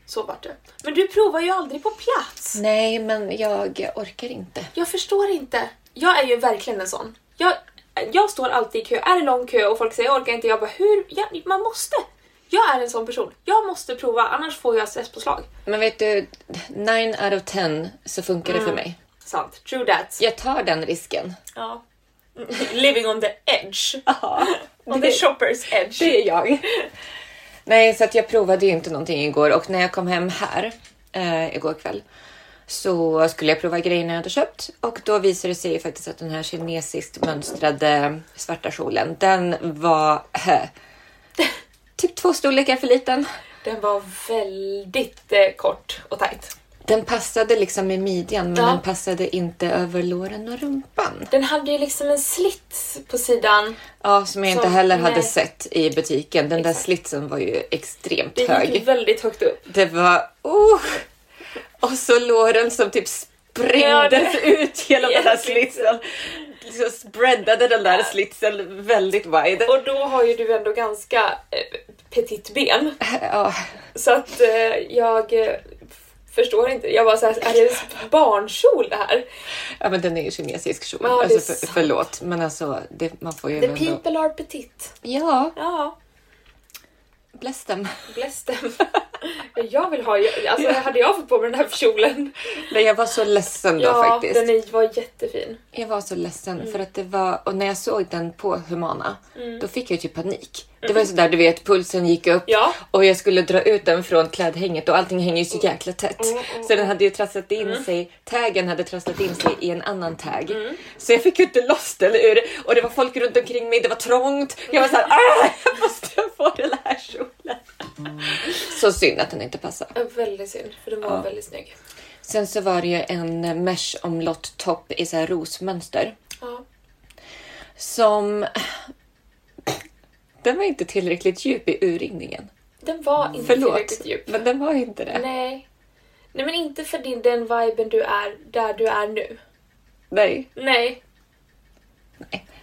[SPEAKER 7] Så vart det. Men du provar ju aldrig på plats.
[SPEAKER 2] Nej, men jag orkar inte.
[SPEAKER 7] Jag förstår inte. Jag är ju verkligen en sån. Jag, jag står alltid i kö. Är det lång kö och folk säger jag orkar inte, jag bara hur? Ja, man måste. Jag är en sån person. Jag måste prova annars får jag stresspåslag.
[SPEAKER 2] Men vet du, 9 out of 10 så funkar det för mig.
[SPEAKER 7] Sant. True that.
[SPEAKER 2] Jag tar den risken.
[SPEAKER 7] Ja. Living on the edge. on the shoppers edge.
[SPEAKER 2] Det är jag. Nej, så att jag provade ju inte någonting igår och när jag kom hem här eh, igår kväll så skulle jag prova grejerna jag hade köpt och då visade det sig ju faktiskt att den här kinesiskt mönstrade svarta kjolen, den var eh, typ två storlekar för liten.
[SPEAKER 7] Den var väldigt eh, kort och tajt.
[SPEAKER 2] Den passade liksom i midjan, men
[SPEAKER 7] Ja.
[SPEAKER 2] den passade inte över låren och rumpan.
[SPEAKER 7] Den hade ju liksom en slits på sidan.
[SPEAKER 2] Ja, som jag
[SPEAKER 7] Som-
[SPEAKER 2] inte heller hade
[SPEAKER 7] nej.
[SPEAKER 2] sett i butiken. Den där
[SPEAKER 7] Exakt.
[SPEAKER 2] slitsen var ju extremt
[SPEAKER 7] Det gick
[SPEAKER 2] hög.
[SPEAKER 7] väldigt högt upp.
[SPEAKER 2] Det var... Oh! Och så låren som typ sprängdes
[SPEAKER 7] Ja,
[SPEAKER 2] ut genom den här
[SPEAKER 7] Genom
[SPEAKER 2] slitsen. Liksom spreadade den där slitsen väldigt wide.
[SPEAKER 7] Och då har ju du ändå ganska eh, petit ben.
[SPEAKER 2] Ja,
[SPEAKER 7] Så att eh, jag eh, f- förstår inte. Jag var såhär, är det en barnkjol det här?
[SPEAKER 2] ja, men den är ju kinesisk kjol.
[SPEAKER 7] Ja, det är
[SPEAKER 2] alltså, för,
[SPEAKER 7] sant.
[SPEAKER 2] förlåt, men alltså det, man får ju
[SPEAKER 7] The
[SPEAKER 2] ändå...
[SPEAKER 7] people are petit.
[SPEAKER 2] Ja,
[SPEAKER 7] Ja,
[SPEAKER 2] bless them.
[SPEAKER 7] bless them. jag vill ha, alltså hade jag fått på mig den här kjolen.
[SPEAKER 2] Nej, jag var så ledsen då
[SPEAKER 7] ja,
[SPEAKER 2] faktiskt.
[SPEAKER 7] den är, var jättefin.
[SPEAKER 2] Jag var så ledsen för att det var och när jag såg den på Humana, då fick jag ju typ panik. Det var ju sådär du vet, pulsen gick upp
[SPEAKER 7] Ja.
[SPEAKER 2] och jag skulle dra ut den från klädhänget och allting hänger ju så jäkla tätt. Så den hade ju trasslat in sig, taggen hade trasslat in sig i en annan tag. Så jag fick ju inte loss den ur och det var folk runt omkring mig, det var trångt. Jag var såhär, "Ah, jag måste få den här kjolen. Så synd att den inte passade.
[SPEAKER 7] Ja, Väldigt synd, för den var väldigt snygg.
[SPEAKER 2] Sen så var det ju en mesh omlott topp i så här rosmönster.
[SPEAKER 7] Ja.
[SPEAKER 2] Som... Den var inte tillräckligt djup i urringningen.
[SPEAKER 7] Den var inte
[SPEAKER 2] Förlåt,
[SPEAKER 7] tillräckligt djup.
[SPEAKER 2] men den var inte det. Nej.
[SPEAKER 7] Nej. Nej men inte för din, den viben du är där du är nu. Nej.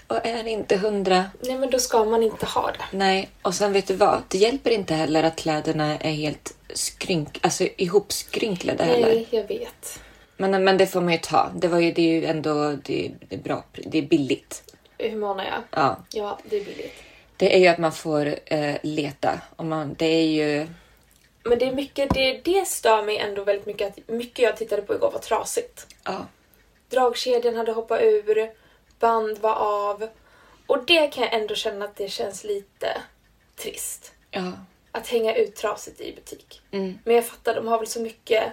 [SPEAKER 2] Och är inte hundra...
[SPEAKER 7] Nej men då ska man inte ha det.
[SPEAKER 2] Nej. Och sen vet du vad? Det hjälper inte heller att kläderna är helt skrynk... Alltså ihopskrynklade heller.
[SPEAKER 7] Nej, jag vet.
[SPEAKER 2] Men, men det får man ju ta. Det, var ju, det är ju ändå det är, det är bra. pri- Det är billigt.
[SPEAKER 7] Hur menar jag?
[SPEAKER 2] Ja.
[SPEAKER 7] Ja, det är billigt. det.
[SPEAKER 2] Det är ju att man får eh, leta. Och man, det är ju...
[SPEAKER 7] Men det är mycket, det, det stör mig ändå väldigt mycket att mycket jag tittade på igår var trasigt.
[SPEAKER 2] Ja.
[SPEAKER 7] Dragkedjan hade hoppat ur, band var av. Och det kan jag ändå känna att det känns lite trist.
[SPEAKER 2] ja.
[SPEAKER 7] Att hänga ut trasigt i butik.
[SPEAKER 2] Mm.
[SPEAKER 7] Men jag fattar, de har väl så mycket...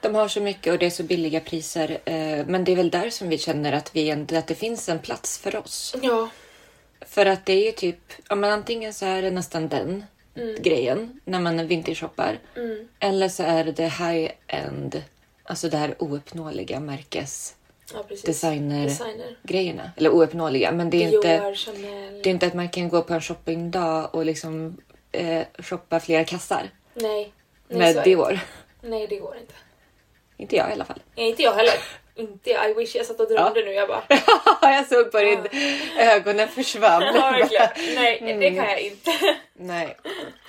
[SPEAKER 2] De har så mycket och det är så billiga priser. eh, Men det är väl där som vi känner att, vi ändå, att det finns en plats för oss.
[SPEAKER 7] Ja.
[SPEAKER 2] För att det är ju typ, ja, men antingen så är det nästan den
[SPEAKER 1] Mm.
[SPEAKER 2] grejen när man vintage-shoppar. Eller så är det det high-end, alltså det här ouppnåeliga märkesgrejerna.
[SPEAKER 7] Ja, precis.
[SPEAKER 2] Designer.
[SPEAKER 7] Designer.
[SPEAKER 2] Eller ouppnåeliga, men det är
[SPEAKER 7] Dior,
[SPEAKER 2] inte...
[SPEAKER 7] Chanel.
[SPEAKER 2] Det är inte att man kan gå på en shoppingdag och liksom
[SPEAKER 7] eh, shoppa flera kassar
[SPEAKER 1] Nej. Nej, så är
[SPEAKER 7] med
[SPEAKER 1] det.
[SPEAKER 7] Dior.
[SPEAKER 1] Nej, det går inte.
[SPEAKER 7] Inte jag i alla fall.
[SPEAKER 1] Nej, inte jag heller. Inte jag. I wish. Jag satt och drömde nu. Jag bara...
[SPEAKER 7] jag såg på din ögonen försvann.
[SPEAKER 1] Ja, verkligen. Nej, det kan jag inte.
[SPEAKER 7] Nej.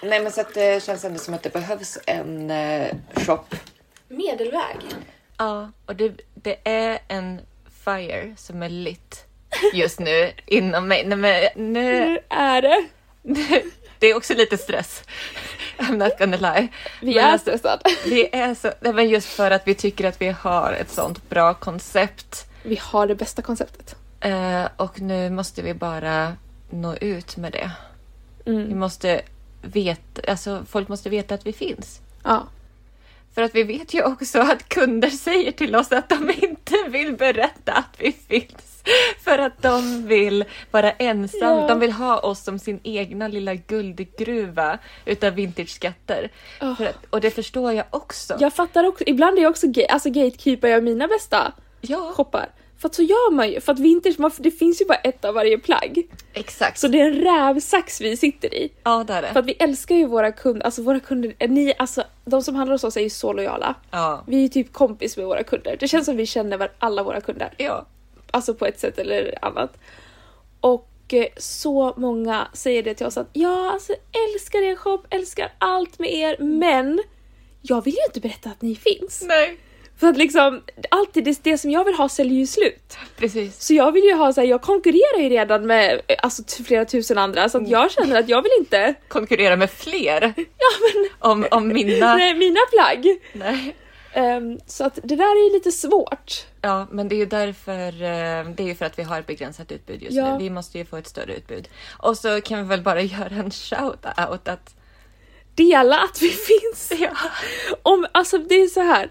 [SPEAKER 7] Nej, men så att det känns ändå som att det behövs en eh, shop.
[SPEAKER 1] Medelväg.
[SPEAKER 2] Ja, och det, det är en fire som är lit just nu inom mig. Nej, men nu,
[SPEAKER 1] Är det?
[SPEAKER 2] det är också lite stress. I'm not gonna lie.
[SPEAKER 1] Vi
[SPEAKER 2] Men
[SPEAKER 1] är
[SPEAKER 2] alltså,
[SPEAKER 1] stressade.
[SPEAKER 2] Vi är så, nej, men just för att vi tycker att vi har ett sånt bra koncept
[SPEAKER 1] Vi har det bästa konceptet.
[SPEAKER 2] eh, och nu måste vi bara nå ut med det.
[SPEAKER 1] Mm.
[SPEAKER 2] Vi måste veta, alltså folk måste veta att vi finns.
[SPEAKER 1] Ja.
[SPEAKER 2] För att vi vet ju också att kunder säger till oss att de inte vill berätta att vi finns. För att de vill vara ensam.
[SPEAKER 1] Ja.
[SPEAKER 2] De vill ha oss som sin egna lilla guldgruva utav vintageskatter.
[SPEAKER 1] Ah.
[SPEAKER 2] För att, och det förstår jag också.
[SPEAKER 1] Jag fattar också. Ibland är jag också ga- alltså, gatekeeper jag mina bästa
[SPEAKER 2] Ja,
[SPEAKER 1] shoppar. För att så gör man ju. För att vintage, man, det finns ju bara ett av varje plagg.
[SPEAKER 2] exakt.
[SPEAKER 1] Så det är en rävsax vi sitter i.
[SPEAKER 2] ja, där är
[SPEAKER 1] För
[SPEAKER 2] det.
[SPEAKER 1] att vi älskar ju våra kunder, alltså våra kunder, eh, ni, alltså de som handlar hos oss är ju så lojala.
[SPEAKER 2] Ja.
[SPEAKER 1] Vi är ju typ kompis med våra kunder. Det känns som vi känner var- alla våra kunder.
[SPEAKER 2] Ja.
[SPEAKER 1] Alltså på ett sätt eller annat. Och eh, så många säger det till oss att ja, alltså älskar er shop, älskar allt med er, men jag vill ju inte berätta att ni finns.
[SPEAKER 2] Nej,
[SPEAKER 1] För att liksom, alltid det, det som jag vill ha säljer ju slut.
[SPEAKER 2] precis.
[SPEAKER 1] Så jag vill ju ha så här, jag konkurrerar ju redan med eh, alltså, t- flera tusen andra så att jag känner att jag vill inte
[SPEAKER 2] Konkurrera med fler. Om, om mina...
[SPEAKER 1] Nej, mina plagg.
[SPEAKER 2] Nej.
[SPEAKER 1] Ehm, så att det där är ju lite svårt.
[SPEAKER 2] Ja, men det är ju därför. eh, Det är ju för att vi har ett begränsat utbud just
[SPEAKER 1] Ja.
[SPEAKER 2] nu. Vi måste ju få ett större utbud. Och så kan vi väl bara göra en shout-out att
[SPEAKER 1] Dela att vi finns. Om, alltså det är så här.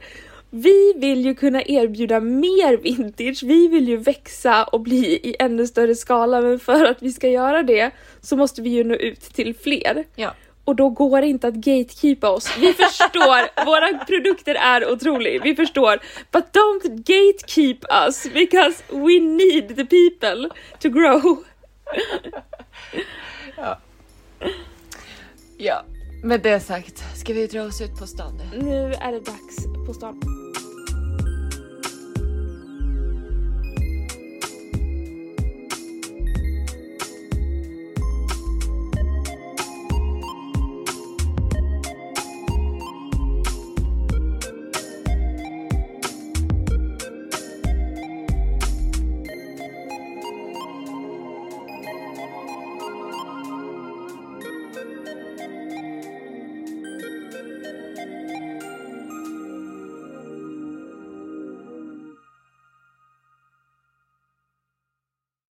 [SPEAKER 1] Vi vill ju kunna erbjuda mer vintage, vi vill ju växa och bli i ännu större skala men för att vi ska göra det så måste vi ju nå ut till fler.
[SPEAKER 2] ja,
[SPEAKER 1] Och då går det inte att gatekeepa oss. Vi förstår, våra produkter är otroliga, vi förstår. But don't gatekeep us because we need the people to grow.
[SPEAKER 2] ja. Med det sagt, ska vi dra oss ut på stan nu?
[SPEAKER 1] Nu är det dags på stan.